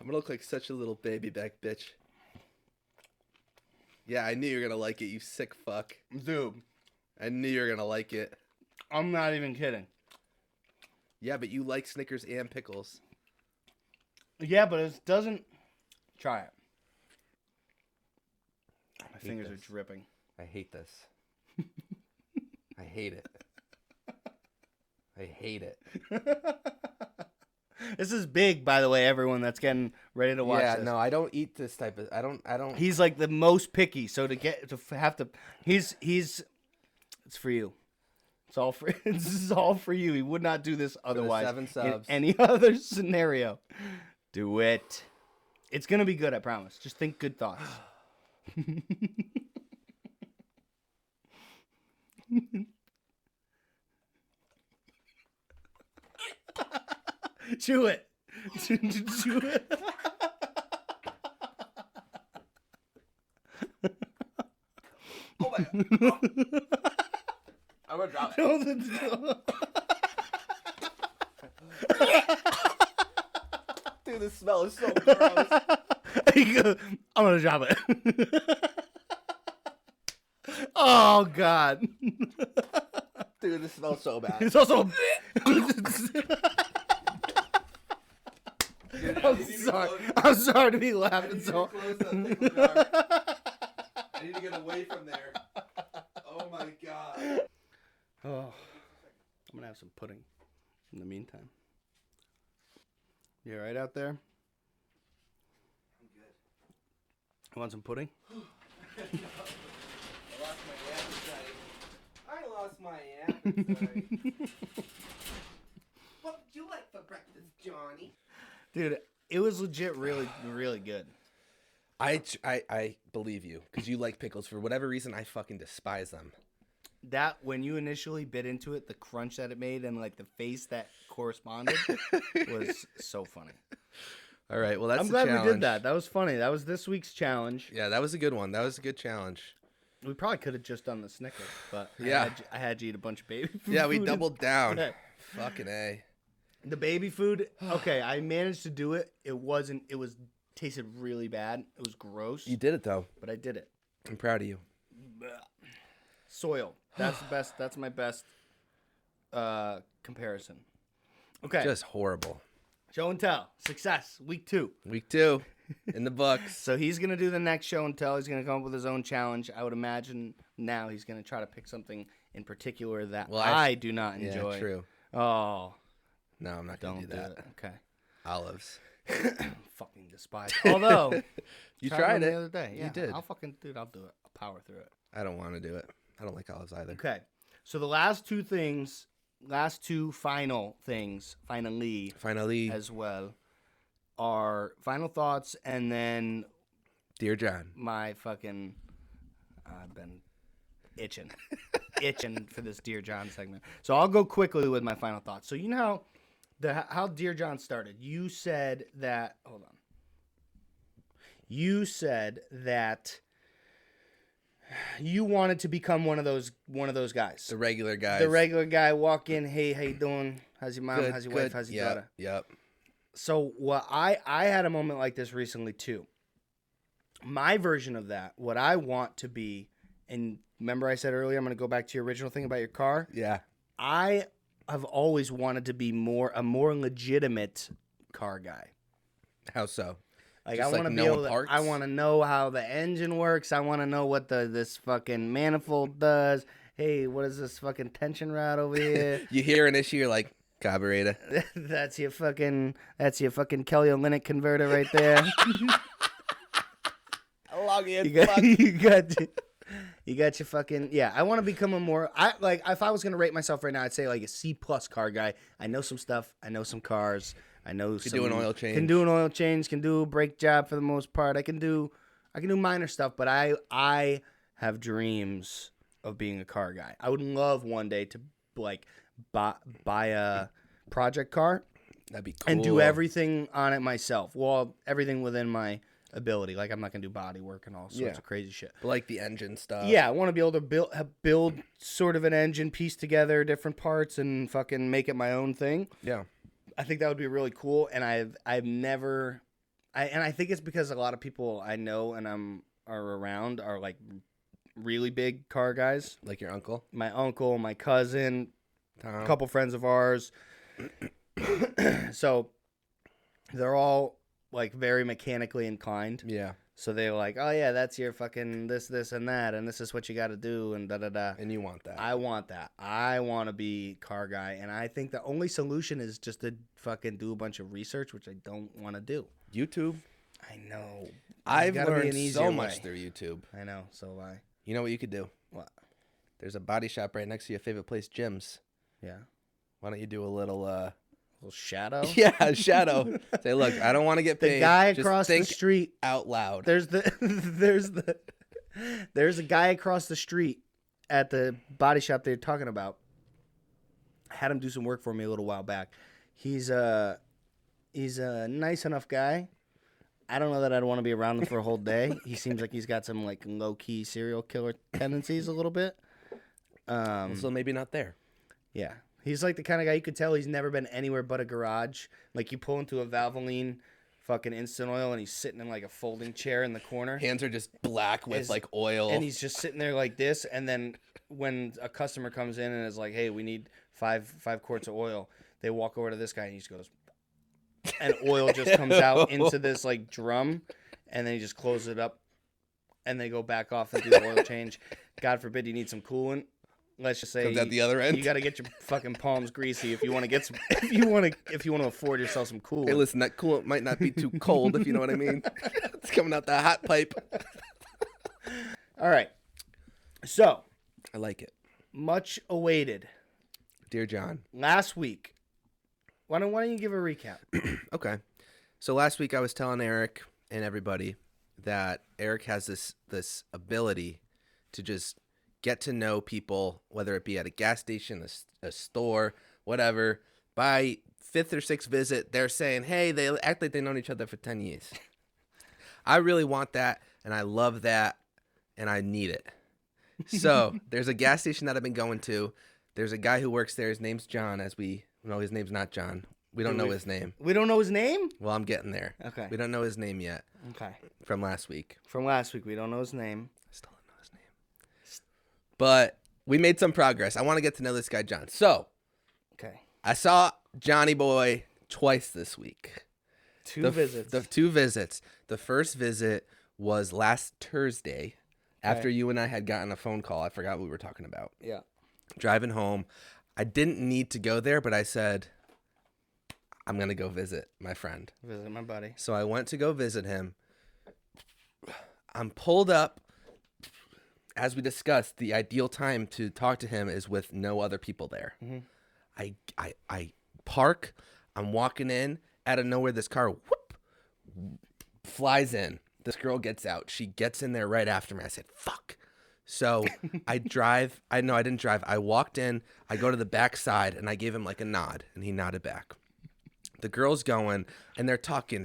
I'm gonna look like such a little baby back bitch. Yeah, I knew you were gonna like it, you sick fuck. Dude, I knew you were gonna like it. I'm not even kidding. Yeah, but you like Snickers and pickles. Yeah, but it doesn't. Try it. My fingers are this. dripping. I hate this. I hate it. I hate it. This is big, by the way, everyone that's getting ready to watch yeah, this. no, I don't eat this type of. I don't. I don't. He's like the most picky, so to get to f- have to, he's he's, it's for you. It's all for this is all for you. He would not do this otherwise. seven In subs. any other scenario, do it. It's gonna be good, I promise. Just think good thoughts. Chew it. Chew it. I'm gonna drop it. Don't- don't- Dude, this smell is so gross. He goes, I'm gonna drop it. oh god. Dude, this smells so bad. It's also I'm sorry. I'm sorry to be laughing so I need to get away from there. Oh my god. Oh, I'm gonna have some pudding in the meantime. You alright out there? You want some pudding? I lost my appetite. What would you like for breakfast, Johnny? Dude, it was legit really, really good. I, I I believe you because you like pickles for whatever reason. I fucking despise them. That, when you initially bit into it, the crunch that it made and like the face that corresponded was so funny. All right, well that's. I'm the glad we challenge. did that. That was funny. That was this week's challenge. Yeah, that was a good one. That was a good challenge. We probably could have just done the Snickers, but Yeah. I, had, you- I had you eat a bunch of baby food. Yeah, we and- doubled down. Okay. Fucking a. The baby food, okay, I managed to do it. It wasn't, it was, tasted really bad. It was gross, You did it though. but I did it. I'm proud of you. Soil. That's the best, that's my best uh comparison. Okay. Just horrible. show and tell. Success, week two. Week two, in the books. So he's going to do the next show and tell. He's going to come up with his own challenge. I would imagine now he's going to try to pick something in particular that Well, I, I- do not Yeah, enjoy. true. Oh, No, I'm not don't gonna do do that. it. Okay. Olives. Fucking despise. Although You one tried the it. other day. Yeah, you did. I'll fucking dude. I'll do it. I'll power through it. I don't want to do it. I don't like olives either. Okay. So the last two things, last two final things, finally Finally, as well, are final thoughts and then dear John. my fucking. I've been itching, itching for this Dear John segment. So I'll go quickly with my final thoughts. So you know how the how Dear John started. You said that. Hold on. You said that you wanted to become one of those one of those guys. The regular guys. the regular guy walk in, hey, how you doing? How's your mom? Good, How's your good. wife? How's your yep, daughter? Yep. So what I I had a moment like this recently too. My version of that, what I want to be, and remember I said earlier, I'm going to go back to your original thing about your car. Yeah. I have always wanted to be more a more legitimate car guy. How so? Like Just I like want to be knowing able to, parts? I want to know how the engine works. I want to know what the this fucking manifold does. Hey, what is this fucking tension rod over here? You hear an issue, you're like carburetor. that's your fucking that's your fucking Kelly Olynyk converter right there. Log in. you got you got you got your fucking yeah. I want to become a more I like if I was gonna rate myself right now, I'd say like a C plus car guy. I know some stuff. I know some cars. I know can do an oil change. Can do an oil change. Can do a brake job for the most part. I can do I can do minor stuff, but I I have dreams of being a car guy. I would love one day to like buy buy a project car That'd be cool. and do everything on it myself. Well, everything within my ability. Like I'm not gonna do body work and all sorts Yeah. Uh, of crazy shit. like the engine stuff. yeah, I want to be able to build ha- build sort of an engine, piece together different parts, and fucking make it my own thing. Yeah. I think that would be really cool. And I've I've never, I and I think it's because a lot of people I know and I'm are around are like really big car guys. Like your uncle My uncle, my cousin, Tom. a couple friends of ours. so they're all like very mechanically inclined. Yeah. So they're like, oh yeah, that's your fucking this, this, and that, and this is what you got to do, and da da da. And you want that? I want that. I want to be car guy, and I think the only solution is just to fucking do a bunch of research, which I don't want to do. YouTube. I know. I've gotta be learned an easier so much way. through YouTube. I know. So I. You know what you could do? What? There's a body shop right next to your favorite place, Jim's. Yeah. Why don't you do a little uh Little shadow. Yeah, shadow. Say, look, I don't want to get The paid. guy Just across the think street out loud. There's the there's the there's a guy across the street at the body shop they're talking about. I had him do some work for me a little while back. He's a he's a nice enough guy. I don't know that I'd want to be around him for a whole day. he seems like he's got some like low key serial killer tendencies a little bit. Um, So maybe not there. yeah. He's like the kind of guy you could tell he's never been anywhere but a garage. Like you pull into a Valvoline fucking instant oil and he's sitting in like a folding chair in the corner. Hands are just black with Is- like oil. And he's just sitting there like this and then when a customer comes in and is like, "Hey, we need 5 5 quarts of oil." They walk over to this guy and he just goes and oil just comes out into this like drum and then he just closes it up and they go back off and do the oil change. God forbid you need some coolant. let's just say Comes out the other end. You got to get your fucking palms greasy if you want to get some. If you want to, if you want to afford yourself some cool. Hey, listen, that coolant might not be too cold, if you know what I mean. it's coming out that hot pipe. All right. So I like it. much awaited Dear John. last week. Why don't Why don't you give a recap? Okay. So last week I was telling Eric and everybody that Eric has this this ability to just get to know people, whether it be at a gas station, a, s- a store, whatever. By fifth or sixth visit, they're saying, "Hey, they act like they've known each other for ten years." I really want that, and I love that, and I need it. So there's a gas station that I've been going to. There's a guy who works there. His name's John. As we no, his name's not John. We don't know his name. We don't know his name. Well, I'm getting there. Okay. We don't know his name yet Okay. from last week. From last week, we don't know his name. Still don't know his name. But we made some progress. I want to get to know this guy, John. So Okay. I saw Johnny Boy twice this week. Two the, f- visits. The two visits. The first visit was last Thursday after you and I had gotten a phone call. I forgot what we were talking about. yeah. Driving home. I didn't need to go there, but I said, I'm going to go visit my friend. Visit my buddy. So I went to go visit him. I'm pulled up. As we discussed, the ideal time to talk to him is with no other people there. Mm-hmm. I, I I park. I'm walking in. Out of nowhere, this car whoop flies in. This girl gets out. She gets in there right after me. I said, "Fuck." So I drive. I no, I didn't drive. I walked in. I go to the back side and I gave him like a nod, and he nodded back the girl's going and they're talking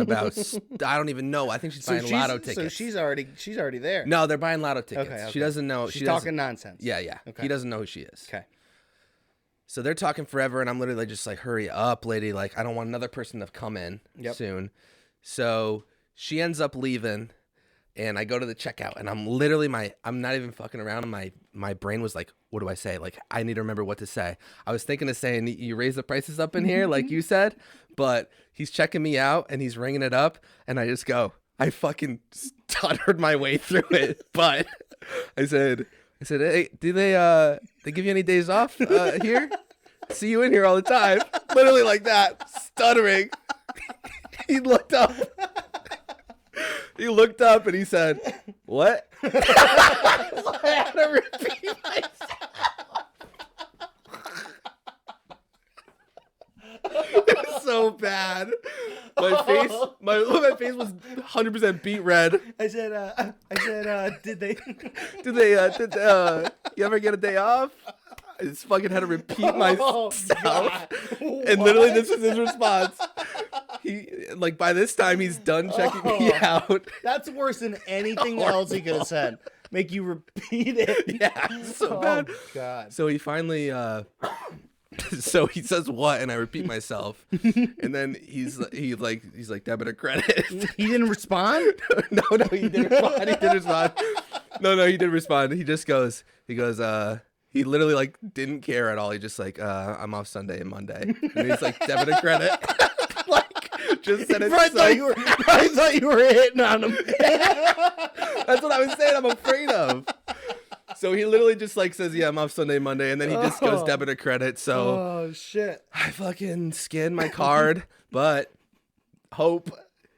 about st- I don't even know. I think she's buying she's- lotto tickets. So she's already she's already there. no, they're buying lotto tickets. Okay, She okay. doesn't know. she's she doesn't- talking nonsense. Yeah, yeah. Okay. He doesn't know who she is. Okay. So they're talking forever, and I'm literally just like, "Hurry up, lady! Like, I don't want another person to come in Yep. soon." So she ends up leaving, and I go to the checkout, and I'm literally my I'm not even fucking around. My my brain was like, "What do I say? Like, I need to remember what to say." I was thinking of saying, "You raise the prices up in here," like you said, but he's checking me out, and he's ringing it up, and I just go, I fucking stuttered my way through it, but I said. I said, "Hey, do they uh they give you any days off uh, here? See you in here all the time." Literally like that, stuttering. he looked up. he looked up and he said, "What?" So I had to repeat myself. It was so bad. My face, my my face was 100% beat red. I said uh I said uh did they Do they, uh, did, uh, you ever get a day off? I just fucking had to repeat myself. and literally, this is his response. He, like, by this time, he's done checking me Oh. out. That's worse than anything else he could have said. Make you repeat it. Yeah, so Oh bad. god. So he finally, uh, so he says what, and I repeat myself. and then he's, he like, he's like, debit or credit. He didn't respond? no, no, he did respond. He did respond. No, no, he did respond. He just goes, he goes, uh, he literally like didn't care at all. He just like, uh, I'm off Sunday and Monday. And he's like, debit and credit. like, just said I it. thought so- you were I thought you were hitting on him. That's what I was saying. I'm afraid of. So he literally just like says, yeah, I'm off Sunday, Monday. And then he just goes Oh. debit or credit. So oh shit. I fucking skinned my card, but hope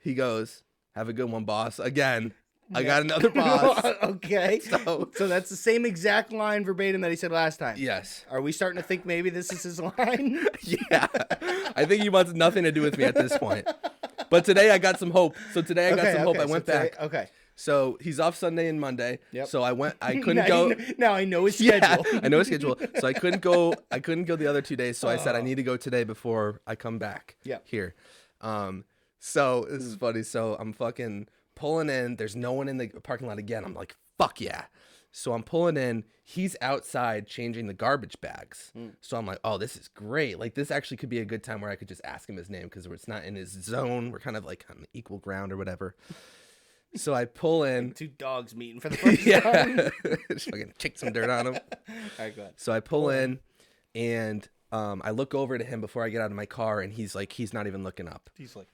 he goes, have a good one, boss. Again, I got another boss. okay. So- So, that's the same exact line verbatim that he said last time. yes. Are we starting to think maybe this is his line? yeah. I think he wants nothing to do with me at this point. But today I got some hope. So today I got some hope. I so went today- back. okay. So he's off Sunday and Monday. Yep. So I went I couldn't now go You know, now I know his yeah, schedule. I know his schedule. So I couldn't go I couldn't go the other two days. So I said I need to go today before I come back Yep. here. Um so this is funny. So I'm fucking pulling in. There's no one in the parking lot again. I'm like, fuck yeah. So I'm pulling in. He's outside changing the garbage bags. So I'm like, oh, this is great. Like this actually could be a good time where I could just ask him his name because it's not in his zone. We're kind of like on equal ground or whatever. So I pull in. Two dogs meeting for the first time. Yeah. Just fucking kick some dirt on him. All right, go ahead. So I pull in and um, I look over to him before I get out of my car, and he's like, he's not even looking up. He's like,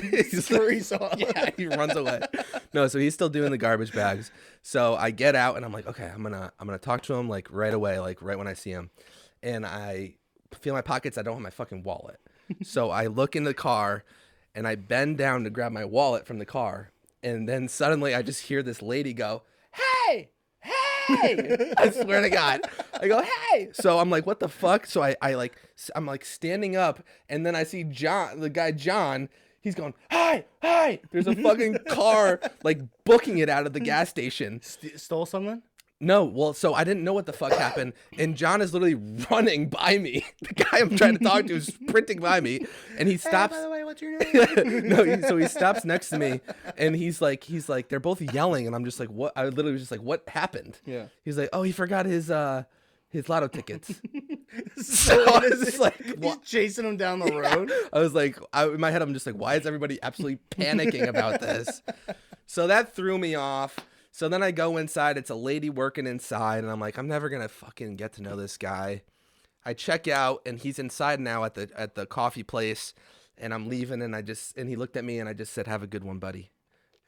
He's like- Three saw. yeah, he runs away. No, so he's still doing the garbage bags. So I get out and I'm like, okay, I'm gonna I'm gonna talk to him like right away, like right when I see him. And I feel my pockets. I don't have my fucking wallet. So I look in the car and I bend down to grab my wallet from the car. And then suddenly I just hear this lady go, Hey, hey! I swear to God. I go, hey. So I'm like, what the fuck? So I, I like, s- I'm like standing up, and then I see John, the guy John. He's going, hi, hi. There's a fucking car like booking it out of the gas station. St- stole something? No, well, so I didn't know what the fuck happened, and John is literally running by me. The guy I'm trying to talk to is sprinting by me, and he stops. Hey, by the way, what's your name? no, he, so he stops next to me, and he's like, he's like, they're both yelling, and I'm just like, what? I literally was just like, what happened? Yeah. He's like, oh, he forgot his uh, his lotto tickets. so I was just like, He's what? chasing him down the road. I was like, I, in my head, I'm just like, why is everybody absolutely panicking about this? So that threw me off. So then I go inside. It's a lady working inside, and I'm like, I'm never gonna fucking get to know this guy. I check out, and he's inside now at the at the coffee place, and I'm leaving, and I just and he looked at me, and I just said, "Have a good one, buddy,"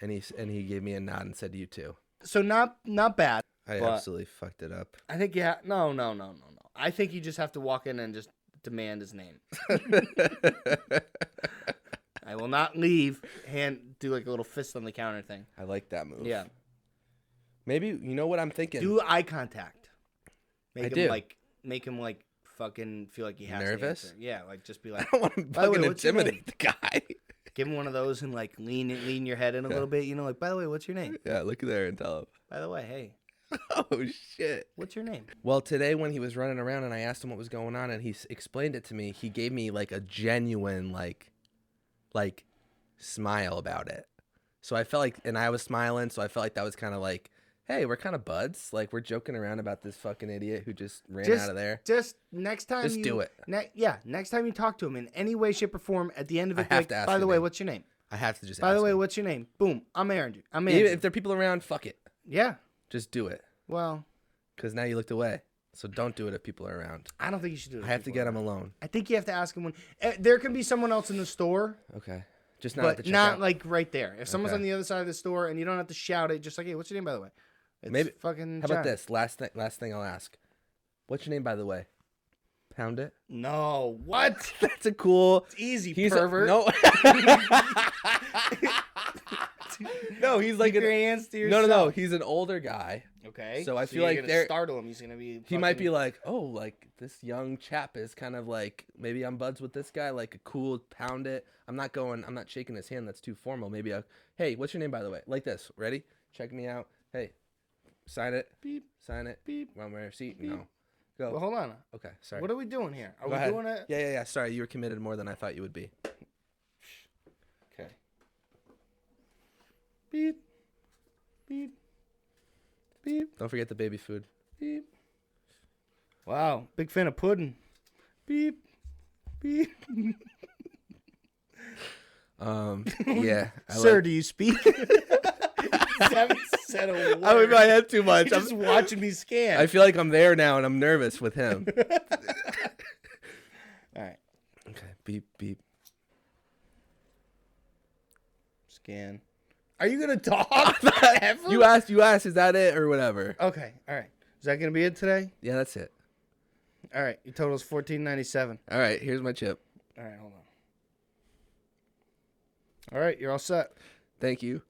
and he s- and he gave me a nod and said, "You too." So not not bad. I But- absolutely fucked it up. I think yeah. No, no, no, no, no. I think you just have to walk in and just demand his name. I will not leave. Hand do like a little fist on the counter thing. I like that move. Yeah. Maybe you know what I'm thinking. Do eye contact. Make I him do. like make him like fucking feel like he has to Nervous? answer. Yeah, like just be I like don't want to By the way, fucking what's your name? intimidate the guy. give him one of those and like lean lean your head in a little bit, you know, like by the way, what's your name? yeah, look there and tell him. By the way, hey, Oh shit. what's your name? Well, today when he was running around and I asked him what was going on and he s- explained it to me, he gave me like a genuine like like smile about it. So I felt like and I was smiling, so I felt like that was kind of like, hey, we're kind of buds. Like we're joking around about this fucking idiot who just ran out of there. Just next time Just you do it. Ne- yeah, next time you talk to him in any way, shape, or form, at the end of I it, be have like, to ask by the your way, name. what's your name? I have to just By the ask way, him. what's your name? Boom, I'm Andrew. I'm Andrew. even if there are people around, fuck it. yeah. Just do it Well, cuz now you looked away. So don't do it if people are around. I don't think you should do it. I have to get him alone. I think you have to ask him when uh, there can be someone else in the store, Okay. Just not at the but not checkout. like right there. If someone's Okay. on the other side of the store and you don't have to shout it, just like, hey, what's your name by the way? It's Maybe- fucking. How about John. this? Last thing last thing I'll ask. What's your name by the way? Pound it. No, what? That's a cool Easy he's a- pervert. no. no, he's like Keep your an, hands to No, yourself. no, no. He's an older guy. Okay. So I feel you're like gonna there- startle him. He's gonna be. He might fucking- be like, "Oh, like this young chap is kind of like maybe I'm buds with this guy, like a cool pound it. I'm not going, I'm not shaking his hand. That's too formal. Maybe a, "Hey, what's your name by the way?" Like this. Ready? Check me out. Hey. Sign it. Beep. Sign it. Beep. Want my receipt? No. Go. Well, hold on. okay, sorry. What are we doing here? Are Go we ahead. doing it? Yeah, yeah, yeah. Sorry, you were committed more than I thought you would be. Okay. Beep. Beep. Beep. Don't forget the baby food. Beep. Wow, big fan of pudding. Beep. Beep. Um, yeah. I Sir, like- do you speak? haven't said a word. I'm in my head too much. You're just I'm, watching me scan. I feel like I'm there now, and I'm nervous with him. All right, okay. Beep beep. scan. Are you gonna talk? forever? You asked. You asked. Is that it or whatever? okay. All right. Is that gonna be it today? Yeah, that's it. All right. Your total's fourteen ninety seven. All right. Here's my chip. All right, hold on. All right, you're all set. Thank you.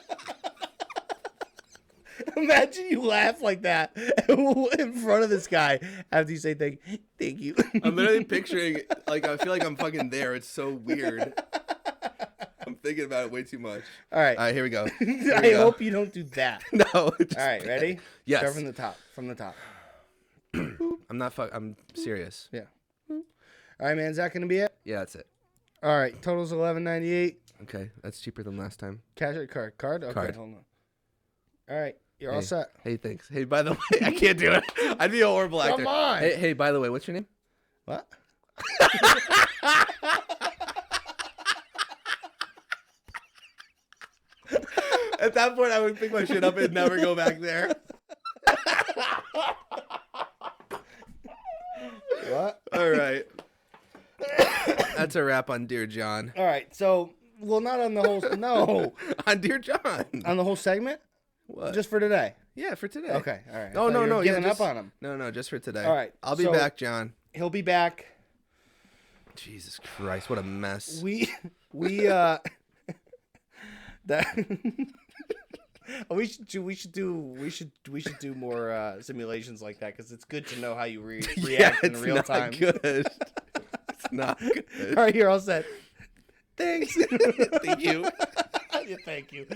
Imagine you laugh like that in front of this guy after you say thank, thank you. I'm literally picturing. Like I feel like I'm fucking there. It's so weird. I'm thinking about it way too much. all right. All right. Here we go. Here I we go. hope you don't do that. No. All right, ready? Yes. Start from the top. From the top. I'm not fuck. I'm serious. Yeah. All right, man. Is that gonna be it? Yeah, that's it. All right. Total's eleven ninety eight. Okay, that's cheaper than last time. Cash or card? Card. Okay, Card. hold on. All right, you're all Hey. set. Hey, thanks. Hey, by the way, I can't do it. I'd be a horrible actor. Come on. Hey, hey, by the way, what's your name? What? At that point, I would pick my shit up and never go back there. What? All right. That's that's a wrap on Dear John. All right. So, well, not on the whole. No, on Dear John. on the whole segment. What? Just for today. yeah, for today. Okay. All right. I Oh thought no you no were yeah, Giving just- up on him. No no just for today. All right, I'll be so- back, John. He'll be back. Jesus Christ, what a mess. We we uh that we should do we should do we should we should do more uh simulations like that because it's good to know how you re- react in real not time. Good. it's not good. All right, you're all set. Thanks. Thank you. Yeah, Thank you.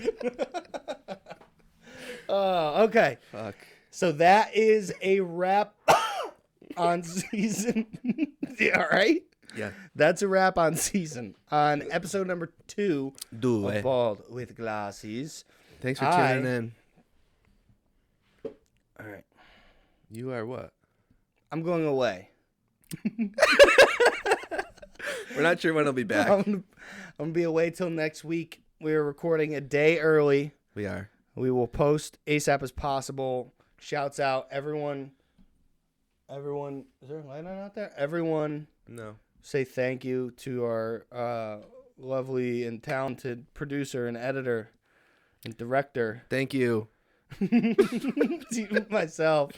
uh, okay, Fuck. so that is a wrap on season. Yeah, all right, Yeah. that's a wrap on season on episode number two. Do of Bald with glasses. Oh, Thanks for I- tuning in. All right. You are what? I'm going away. We're not sure when I'll be I'm back. gonna, I'm gonna be away till next week. We're recording a day early. We are. We will post ASAP as possible. Shouts out everyone. Everyone, is there a light on out there? Everyone, No. say thank you to our uh, lovely and talented producer and editor and director, Thank you. to myself.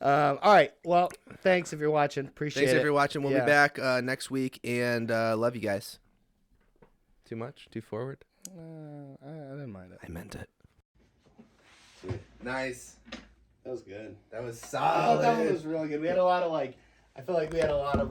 Um, all right. Well, thanks if you're watching. Appreciate Thanks it. if you're watching. We'll Yeah. be back uh, next week and uh, love you guys. Too much? Too forward? Uh, I, I didn't mind it. I meant it. Nice. That was good. That was I thought solid. that one was really good. We had a lot of like, I feel like we had a lot of